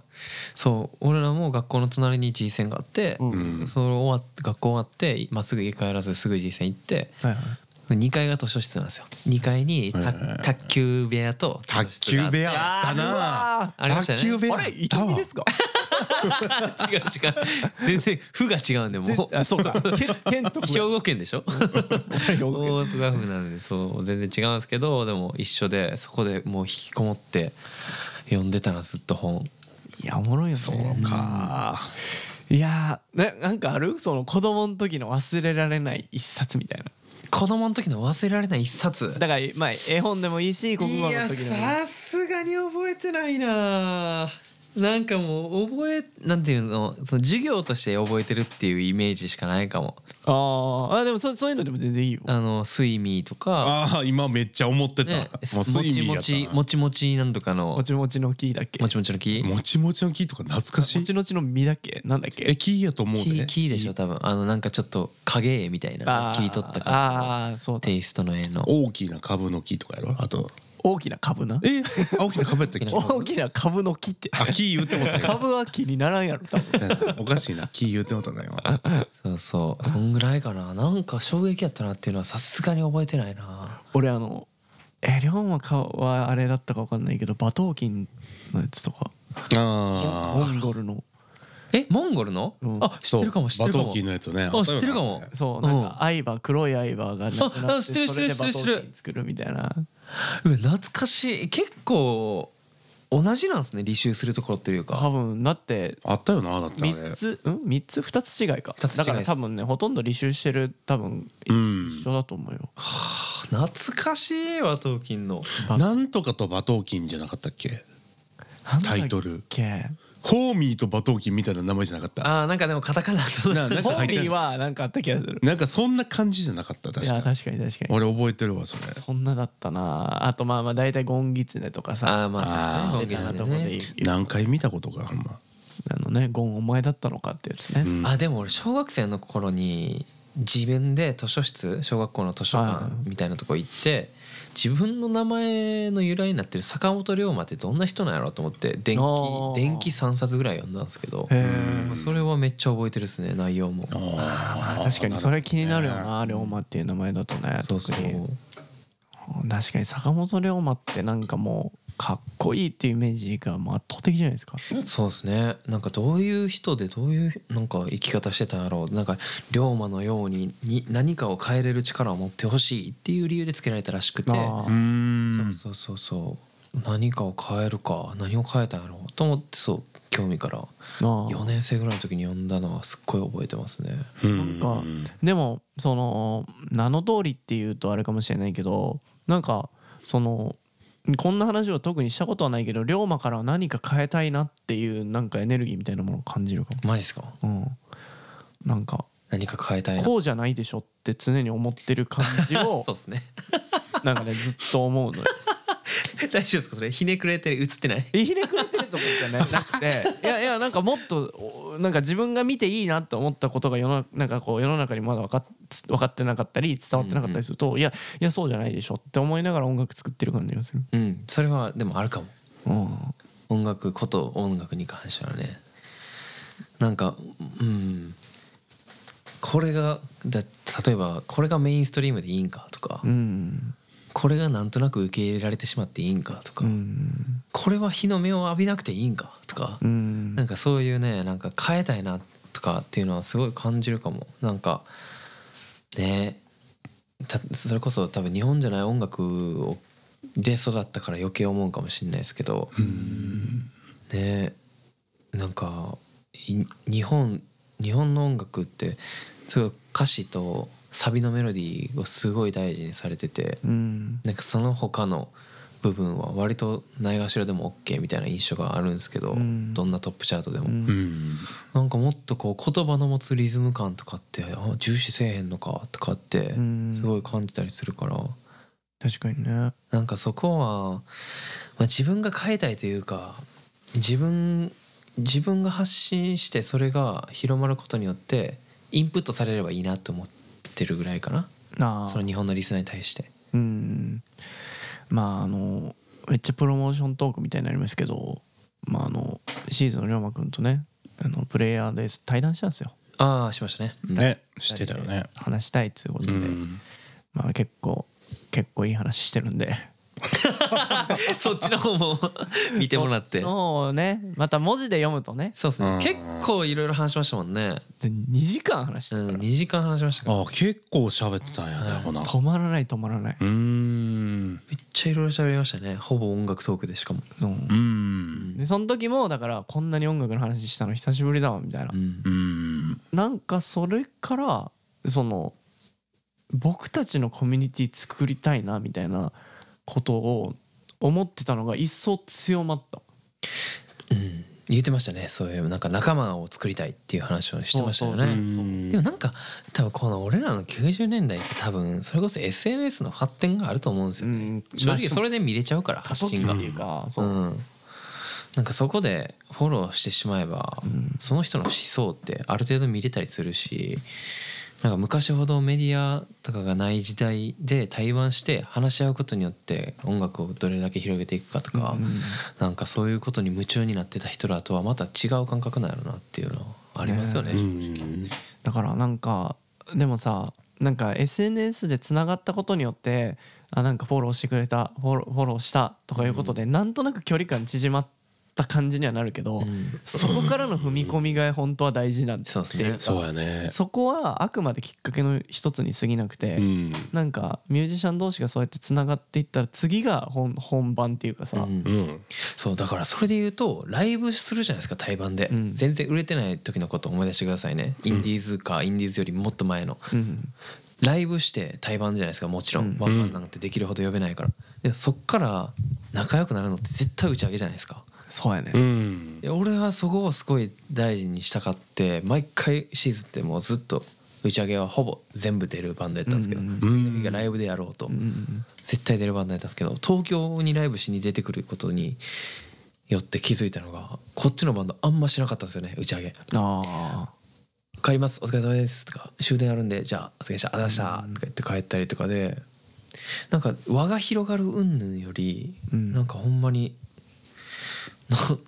Speaker 3: そう俺らも学校の隣に G 戦があって、
Speaker 1: うん
Speaker 2: うん
Speaker 3: それ終わっ学校終わってまっすぐ家帰らずすぐ G 戦行って
Speaker 1: はいはい
Speaker 3: 2階が図書室なんですよ2階にた
Speaker 2: はいはいはい
Speaker 3: 卓球部屋と図書
Speaker 2: 卓
Speaker 3: 室
Speaker 2: 球
Speaker 3: があっ
Speaker 2: 部
Speaker 3: て
Speaker 2: 屋だな
Speaker 3: ありました
Speaker 2: 卓球
Speaker 3: よね
Speaker 2: 部屋
Speaker 1: あれ、いきですか。
Speaker 3: 違う違う全然「府」が違うんでもう
Speaker 1: あそうかけ県と
Speaker 3: 兵庫県でしょ
Speaker 1: 兵
Speaker 3: 大
Speaker 1: 庫県
Speaker 3: 阪府なんでそう全然違うんですけどでも一緒でそこでもう引きこもって読んでたなずっと本
Speaker 1: いやおもろいよね
Speaker 2: そうか
Speaker 1: いやーななんかあるその子供の時の忘れられない一冊みたいな
Speaker 3: 子供の時の忘れられない一冊
Speaker 1: だからまあ絵本でもいいし国語の時でもいい
Speaker 3: すがに覚えてないななんかもう覚えなんていうのその授業として覚えてるっていうイメージしかないかも
Speaker 1: あーあでもそそういうのでも全然いいよ
Speaker 3: あの睡眠とか
Speaker 2: ああ今めっちゃ思ってた、
Speaker 3: ね
Speaker 2: も
Speaker 3: も
Speaker 2: う睡
Speaker 3: ち
Speaker 2: 眠
Speaker 3: も
Speaker 2: やった
Speaker 3: ち
Speaker 2: な
Speaker 3: もちもちなんとかの
Speaker 1: もちもちの木だっけ
Speaker 3: も
Speaker 1: も
Speaker 3: ちもちの木
Speaker 2: もちもちの木とか懐かしい
Speaker 1: ちのちの実だっけなんだっ
Speaker 2: え
Speaker 1: け
Speaker 2: 木やと思う
Speaker 3: 木
Speaker 2: で
Speaker 3: 木でしょ多分あのなんかちょっと影絵みたいな
Speaker 1: ー
Speaker 3: 切り取った感
Speaker 1: あーそうだ
Speaker 3: じのテイストの絵の
Speaker 2: 大きな株の木とかやろあと
Speaker 1: 大きな株な
Speaker 2: え大きな株やったっけ
Speaker 1: 大きな株の木って
Speaker 2: あ木言うてもうたよ
Speaker 1: 株は木にならんやろ多分
Speaker 2: おかしいな木言うてもうたな今
Speaker 3: そうそうそんぐらいかななんか衝撃やったなっていうのはさすがに覚えてないな
Speaker 1: 俺あのえ龍馬かはあれだったか分かんないけど馬頭琴のやつとか
Speaker 2: あ
Speaker 1: モンゴルの
Speaker 3: えモンゴルの、
Speaker 1: うん
Speaker 3: あ知ってるかも知ってるか
Speaker 2: バト
Speaker 3: も
Speaker 2: キーのやつね
Speaker 3: あ知ってるかも
Speaker 1: そう
Speaker 3: う
Speaker 1: な
Speaker 3: ん
Speaker 1: んか相葉黒い相葉がなくな
Speaker 3: あ
Speaker 1: っ
Speaker 3: あ 知って
Speaker 1: て
Speaker 3: る
Speaker 1: それで
Speaker 3: 知っ
Speaker 1: 馬頭
Speaker 3: てる知ってる
Speaker 1: 琴作るみたいな
Speaker 3: うわ懐かしい結構同じなんですね履修するところっていう
Speaker 1: 多
Speaker 3: か
Speaker 1: 分だって
Speaker 2: あったよなだってあれ
Speaker 1: 3つうん3つ2つ違いか
Speaker 3: 二つ違
Speaker 1: だ
Speaker 3: いです
Speaker 1: から多分ねほとんど履修してる多分
Speaker 2: うん
Speaker 1: 一緒だと思うよ
Speaker 3: 懐かしいわトーキンの
Speaker 2: なんとかと馬頭琴じゃなかったっけタイトル
Speaker 1: なんだっけ
Speaker 2: ホーミーと馬頭琴みたいな名前じゃなかった
Speaker 3: あーなんかでもカタカナと
Speaker 2: ななん
Speaker 1: ホ
Speaker 2: か入
Speaker 1: ー
Speaker 2: っ
Speaker 1: リ
Speaker 2: て
Speaker 1: ー
Speaker 2: る
Speaker 1: はなんかあった気がする
Speaker 2: なんかそんな感じじゃなかった
Speaker 1: い
Speaker 2: 確
Speaker 1: や
Speaker 2: か
Speaker 1: 確かに確かに
Speaker 2: 俺覚えてるわそれ
Speaker 1: そんなだったなあとまあまあ大体ゴンギツネとかさ
Speaker 3: あーまあそう
Speaker 1: み
Speaker 3: で
Speaker 1: たい
Speaker 3: す
Speaker 1: な
Speaker 3: ね
Speaker 1: と
Speaker 3: 本
Speaker 1: こ
Speaker 3: 気
Speaker 1: で
Speaker 3: ですね
Speaker 2: 何回見たことかほんま
Speaker 1: あのねゴンお前だったのかってやつね、
Speaker 2: うん
Speaker 3: あでも俺小学生の頃に自分で図書室小学校の図書
Speaker 1: は
Speaker 3: 館
Speaker 1: い
Speaker 3: みたいなとこ行って自分の名前の由来になってる坂本龍馬ってどんな人なんやろうと思って電
Speaker 1: あー
Speaker 3: 気電気3冊ぐらい読んだんですけど
Speaker 1: へ
Speaker 3: まあ
Speaker 1: え
Speaker 3: それはめっちゃ覚えてるですね内容も
Speaker 2: あー
Speaker 1: 確かにそれ気になるよな龍馬っていう名前だとね
Speaker 3: そ
Speaker 1: 特
Speaker 3: うそう
Speaker 1: に確かに坂本龍馬ってなんかもうかっこいいっていうイメージがもう圧倒的じゃないですか
Speaker 3: そうですねなんかどういう人でどういうなんか生き方してたんやろうなんか龍馬のようにに何かを変えれる力を持ってほしいっていう理由でつけられたらしくて
Speaker 1: あ
Speaker 2: う
Speaker 1: ー
Speaker 2: ーん
Speaker 3: そうそうそうそう何かを変えるか何を変えたんやろうと思ってそう興味から
Speaker 1: あ
Speaker 3: 4年生ぐらいの時に読んだのはすっごい覚えてますね
Speaker 2: うん
Speaker 1: なんかでもその名の通りっていうとあれかもしれないけどなんかそのこんな話を特にしたことはないけど龍馬からは何か変えたいなっていうなんかエネルギーみたいなものを感じるか
Speaker 3: マジっすか
Speaker 1: も、うん、なんか
Speaker 3: 何か変えたいな
Speaker 1: こうじゃないでしょって常に思ってる感じ を
Speaker 3: そうですね
Speaker 1: なんかねずっと思うのよ。
Speaker 3: 大丈夫ですかそれひねくれてる映ってない
Speaker 1: ひねくれてるとかじゃなくて いやいやなんかもっとおなんか自分が見ていいなと思ったことが世のなんかこう世の中にまだ分かっ分かってなかったり伝わってなかったりすると、いやいやそうじゃないでしょって思いながら音楽作ってる感じがする。
Speaker 3: うんそれはでもあるかも
Speaker 1: うん
Speaker 3: 音楽こと音楽に関してはねなんかうんこれがだ例えばこれがメインストリームでいいんかとか、
Speaker 1: うん
Speaker 3: これがなんとなく受け入れられてしまっていいんかとか、
Speaker 1: うん
Speaker 3: これは日の目を浴びなくていいんかとか、
Speaker 1: うん
Speaker 3: なんかそういうねなんか変えたいなとかっていうのはすごい感じるかもなんかねたそれこそ多分日本じゃない音楽をで育ったから余計思うかもしれないですけどねなんかい日本日本の音楽ってすごい歌詞とサビのメロディーをすごい大事にされてて。
Speaker 1: うん
Speaker 3: なんかその他の部分は割とないがしろでも OK みたいな印象があるんですけど、
Speaker 1: うん
Speaker 3: どんなトップチャートでも、
Speaker 1: うん
Speaker 2: うん
Speaker 3: なんかもっとこう言葉の持つリズム感とかってあ重視せえへんのかとかって
Speaker 1: うん
Speaker 3: すごい感じたりするから、
Speaker 1: 確かにね。
Speaker 3: なんかそこは、まあ、自分が変えたいというか自分自分が発信してそれが広まることによってインプットされればいいなと思ってるぐらいかな
Speaker 1: なあ
Speaker 3: その日本のリスナーに対して。
Speaker 1: うんまああのめっちゃプロモーショントークみたいになりますけど、まあ、あのシーズンの龍馬くんとねあのプレイヤーで対談したんですよ。
Speaker 3: ああしましたね。
Speaker 2: ねしてたよね
Speaker 1: 話したいっつうこと
Speaker 2: う
Speaker 1: で、
Speaker 2: ん
Speaker 1: まあ結構結構いい話してるんで
Speaker 3: そっちの方も見てもらって
Speaker 1: そうねまた文字で読むとね
Speaker 3: そうですね
Speaker 2: うん
Speaker 3: 結構いろいろ話しましたもんね
Speaker 1: で2時間話して
Speaker 3: う
Speaker 1: た
Speaker 3: ん
Speaker 1: から、
Speaker 3: 2時間話しましたから
Speaker 2: あ結構喋ってたんやねほな
Speaker 1: 止まらない止まらない、
Speaker 2: うーん
Speaker 3: めっちゃいろいろ喋りましたねほぼ音楽トークでしかも
Speaker 1: そう
Speaker 2: うーん
Speaker 1: でその時もだからこんなに音楽の話したの久しぶりだわみたいな、
Speaker 3: うん
Speaker 2: うーん
Speaker 1: なんかそれからその僕たちのコミュニティ作りたいなみたいなことを思ってたのが一層強まった
Speaker 3: うん言ってましたねそういうなんか仲間を作りたいっていう話をしてましたよ
Speaker 1: そうそう
Speaker 2: う
Speaker 1: そ
Speaker 3: ね
Speaker 2: ん
Speaker 3: でもなんか多分この俺らの90年代って多分それこそ SNS の発展があると思うんですよね
Speaker 1: うん
Speaker 3: 正
Speaker 1: まあ
Speaker 3: 直それで見れちゃうから発信が
Speaker 1: 過渡期っていうか
Speaker 3: う
Speaker 1: そう、
Speaker 3: んなんかそこでフォローしてしまえば、
Speaker 1: ん
Speaker 3: その人の思想ってある程度見れたりするしなんか昔ほどメディアとかがない時代で対話して話し合うことによって音楽をどれだけ広げていくかとか、
Speaker 1: うん
Speaker 3: なんかそういうことに夢中になってた人らとはまた違う感覚なんやろなっていうのはありますよね。
Speaker 2: う
Speaker 3: うん
Speaker 2: ん
Speaker 1: だからなんかでもさなんか SNS でつながったことによってあなんかフォローしてくれたフォローフォローしたとかいうことで、なんとなく距離感縮まった感じにはなるけど、そこからの踏み込みが本当は大事なんです
Speaker 3: そうですね。
Speaker 2: そうやね
Speaker 1: そこはあくまできっかけの一つに過ぎなくて、
Speaker 2: うん
Speaker 1: なんかミュージシャン同士がそうやってつながっていったら次が本本番っていうかさ、
Speaker 3: うん
Speaker 2: うん
Speaker 3: そうだからそれで言うとライブするじゃないですか対バンで、
Speaker 1: うん
Speaker 3: 全然売れてない時のことを思い出してくださいね、インディーズかインディーズよりもっと前の
Speaker 1: うん
Speaker 3: ライブして対バンじゃないですかもちろん、
Speaker 1: うん
Speaker 3: ワンマンなんてできるほど呼べないからでそっから仲良くなるのって絶対打ち上げじゃないですか
Speaker 1: そうやね、
Speaker 2: うん
Speaker 3: で俺はそこをすごい大事にしたかって毎回シーズンってもうずっと打ち上げはほぼ全部出るバンドやったんですけど、
Speaker 1: うん
Speaker 3: 次の日がライブでやろうと、
Speaker 1: うん
Speaker 3: 絶対出るバンドやったんですけど東京にライブしに出てくることによって気づいたのがこっちのバンドあんましなかったんですよね打ち上げ
Speaker 1: ああ
Speaker 3: 「帰りますお疲れ様です」とか「終電あるんでじゃあお疲れ様でしたありがとうございました」とか言って帰ったりとかでなんか輪が広がる云々より、
Speaker 1: うん
Speaker 3: なんかほんまに。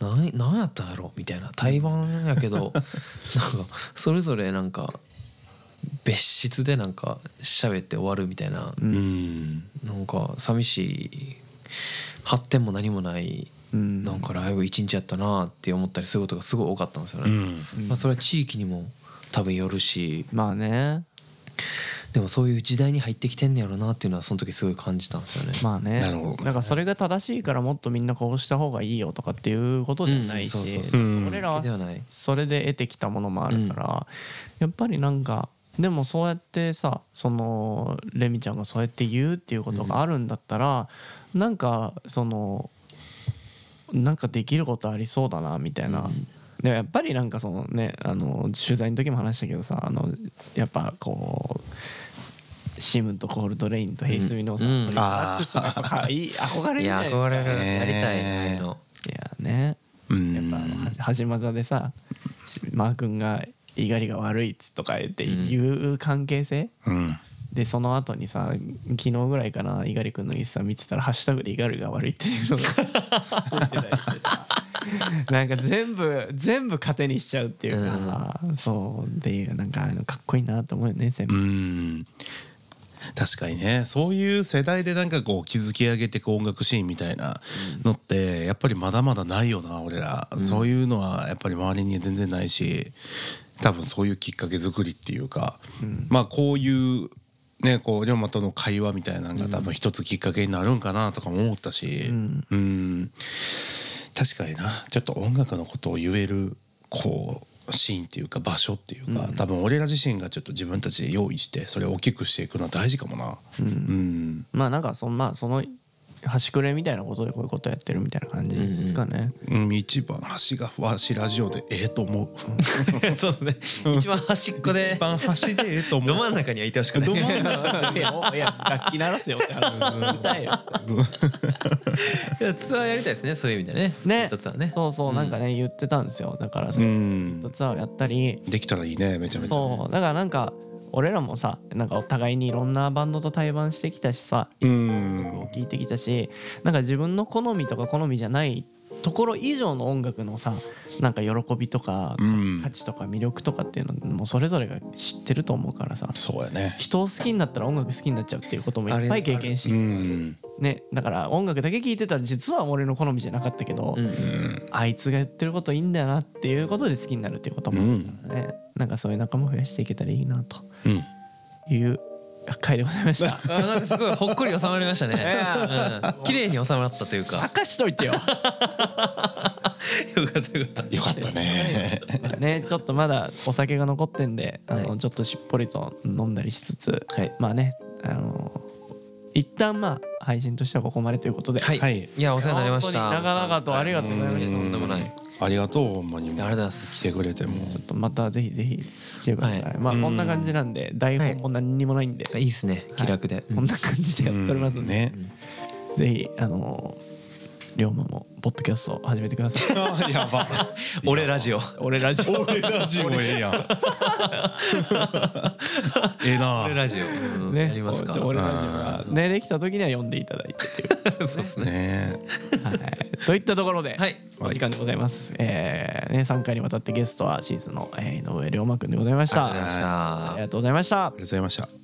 Speaker 3: ななんなんやったんやろみたいな対バンやけどなんかそれぞれなんか別室でなんか喋って終わるみたいな
Speaker 2: うん
Speaker 3: なんか寂しい発展も何もない
Speaker 1: うん
Speaker 3: なんかライブ一日やったなって思ったりすることがすごい多かったんですよ
Speaker 2: う
Speaker 3: ね、
Speaker 2: ん
Speaker 1: うん
Speaker 3: まあ、それは地域にも多分よるし
Speaker 1: まあね
Speaker 3: でもそういう時代に入ってきてんねやろなっていうのはその時すごい感じたんですよね、
Speaker 1: まあね
Speaker 2: なるほどね
Speaker 1: んかそれが正しいからもっとみんなこうした方がいいよとかっていうことではないし、
Speaker 3: うんそうそうそう
Speaker 2: うん
Speaker 1: 俺らは
Speaker 3: ではない
Speaker 1: それで得てきたものもあるから、やっぱりなんかでもそうやってさそのレミちゃんがそうやって言うっていうことがあるんだったら、なんかそのなんかできることありそうだなみたいな。でもやっぱりなんかそのねあの取材の時も話したけどさあのやっぱこうシムとコールドレインとヘイスミのさ、
Speaker 3: うんうん
Speaker 1: トリプルアップスのやっぱかいい憧れ
Speaker 3: い
Speaker 1: じゃ
Speaker 3: や
Speaker 1: ない
Speaker 3: 憧れる
Speaker 2: ね
Speaker 3: やりたいああいうの
Speaker 1: いやね
Speaker 2: うん
Speaker 1: やっぱあのははじまざでさしマー君が「猪狩が悪い」っつとか言って言う関係性、
Speaker 2: うん
Speaker 1: でその後にさ昨日ぐらいかな猪狩君のインスタ見てたら「ハッシュタグで猪狩が悪い」って いうのがついてたりしてさなんか全部全部糧にしちゃうっていうか、そうっていうなんかああいうのかっこいいなと思うよね先
Speaker 2: う
Speaker 1: 輩。
Speaker 2: ん確かにねそういう世代でなんかこう築き上げていく音楽シーンみたいなのってやっぱりまだまだないよな俺ら、そういうのはやっぱり周りに全然ないし多分そういうきっかけ作りっていうか、まあこういうねこう龍馬との会話みたいなのが多分一つきっかけになるんかなとかも思ったし、
Speaker 1: ん
Speaker 2: うん確かになちょっと音楽のことを言えるこうシーンっていうか場所っていうか、多分俺ら自身がちょっと自分たちで用意してそれを大きくしていくのは大事かもなうん
Speaker 1: まあなんかそ,、まあ、その端くれみたいなことでこういうことやってるみたいな感じですかね。
Speaker 2: うん一番端がわしラジオでええと思う
Speaker 3: そうで すね一番端っこで
Speaker 2: 一番端でええと思
Speaker 3: ど真
Speaker 2: うん
Speaker 3: 中にはいてほしくない
Speaker 2: ど真ん 中
Speaker 1: いやおいや楽器鳴らせよって話歌えよって
Speaker 3: いやツアーやりたいですねそういう意味でね
Speaker 1: ね
Speaker 3: 一つはね
Speaker 1: そうそうなんかね、言ってたんですよだからその
Speaker 2: うん
Speaker 1: ツアーをやったり
Speaker 2: できたらいいねめちゃめちゃ
Speaker 1: そうだからなんか俺らもさなんかお互いにいろんなバンドと対バンしてきたしさ
Speaker 2: うん
Speaker 1: を聞いてきたしなんか自分の好みとか好みじゃないところ以上の音楽のさなんか喜びとか
Speaker 2: うん
Speaker 1: 価値とか魅力とかっていうのもうそれぞれが知ってると思うからさ
Speaker 2: そうやね
Speaker 1: 人を好きになったら音楽好きになっちゃうっていうこともいっぱい経験し
Speaker 2: う
Speaker 1: て
Speaker 2: ん
Speaker 1: ねだから音楽だけ聴いてたら実は俺の好みじゃなかったけど、
Speaker 3: うん
Speaker 2: うん
Speaker 1: あいつが言ってることいいんだよなっていうことで好きになるっていうこと
Speaker 2: う
Speaker 1: も、
Speaker 2: ん
Speaker 1: ね、なんかそういう仲間増やしていけたらいいなと
Speaker 2: うん
Speaker 1: いう回でございま した。
Speaker 3: あなんかすごいほっこり収まりましたね。うん綺麗に収まったというか。
Speaker 1: 任しとい てよ
Speaker 3: よかったよかった。
Speaker 2: よかったね
Speaker 1: ねちょっとまだお酒が残ってんであの、
Speaker 3: はい
Speaker 1: ちょっとしっぽりと飲んだりしつつ
Speaker 3: はい
Speaker 1: まあねあの一旦まあ配信としてはここまでということで、
Speaker 3: はい。
Speaker 2: はい
Speaker 3: いやお世話になりました。
Speaker 1: 本当に長々とありがとうございました
Speaker 3: とんでもない。あり
Speaker 2: ありがとうほんまにも
Speaker 3: がとうございます。
Speaker 2: 来てくれてもう
Speaker 1: ちょっとまたぜひぜひ来てください、
Speaker 3: はい
Speaker 1: まあ
Speaker 2: うん
Speaker 1: こんな感じなんで台本も何にもないんで、
Speaker 3: いいですね。気楽で。
Speaker 1: こんな感じでやっておりますんで、
Speaker 2: ね
Speaker 1: ぜひあの龍馬もポッドキャストを始めてください
Speaker 2: あやば
Speaker 3: 俺ラジオ。
Speaker 1: 俺ラジオ
Speaker 2: 俺ラジオええやんええな
Speaker 3: 俺ラジオ。うん
Speaker 1: ね
Speaker 3: やりますか。
Speaker 1: 俺ラジオがねできた時には読んでいただいてっていう
Speaker 2: ね
Speaker 1: はい、といったところで、
Speaker 3: はい
Speaker 1: お時間でございます、えーね、3回にわたってゲストはシーズンの、えー井上龍馬くんでございました
Speaker 3: ありがとうございました
Speaker 1: ありがとうございました
Speaker 2: ありがとうございました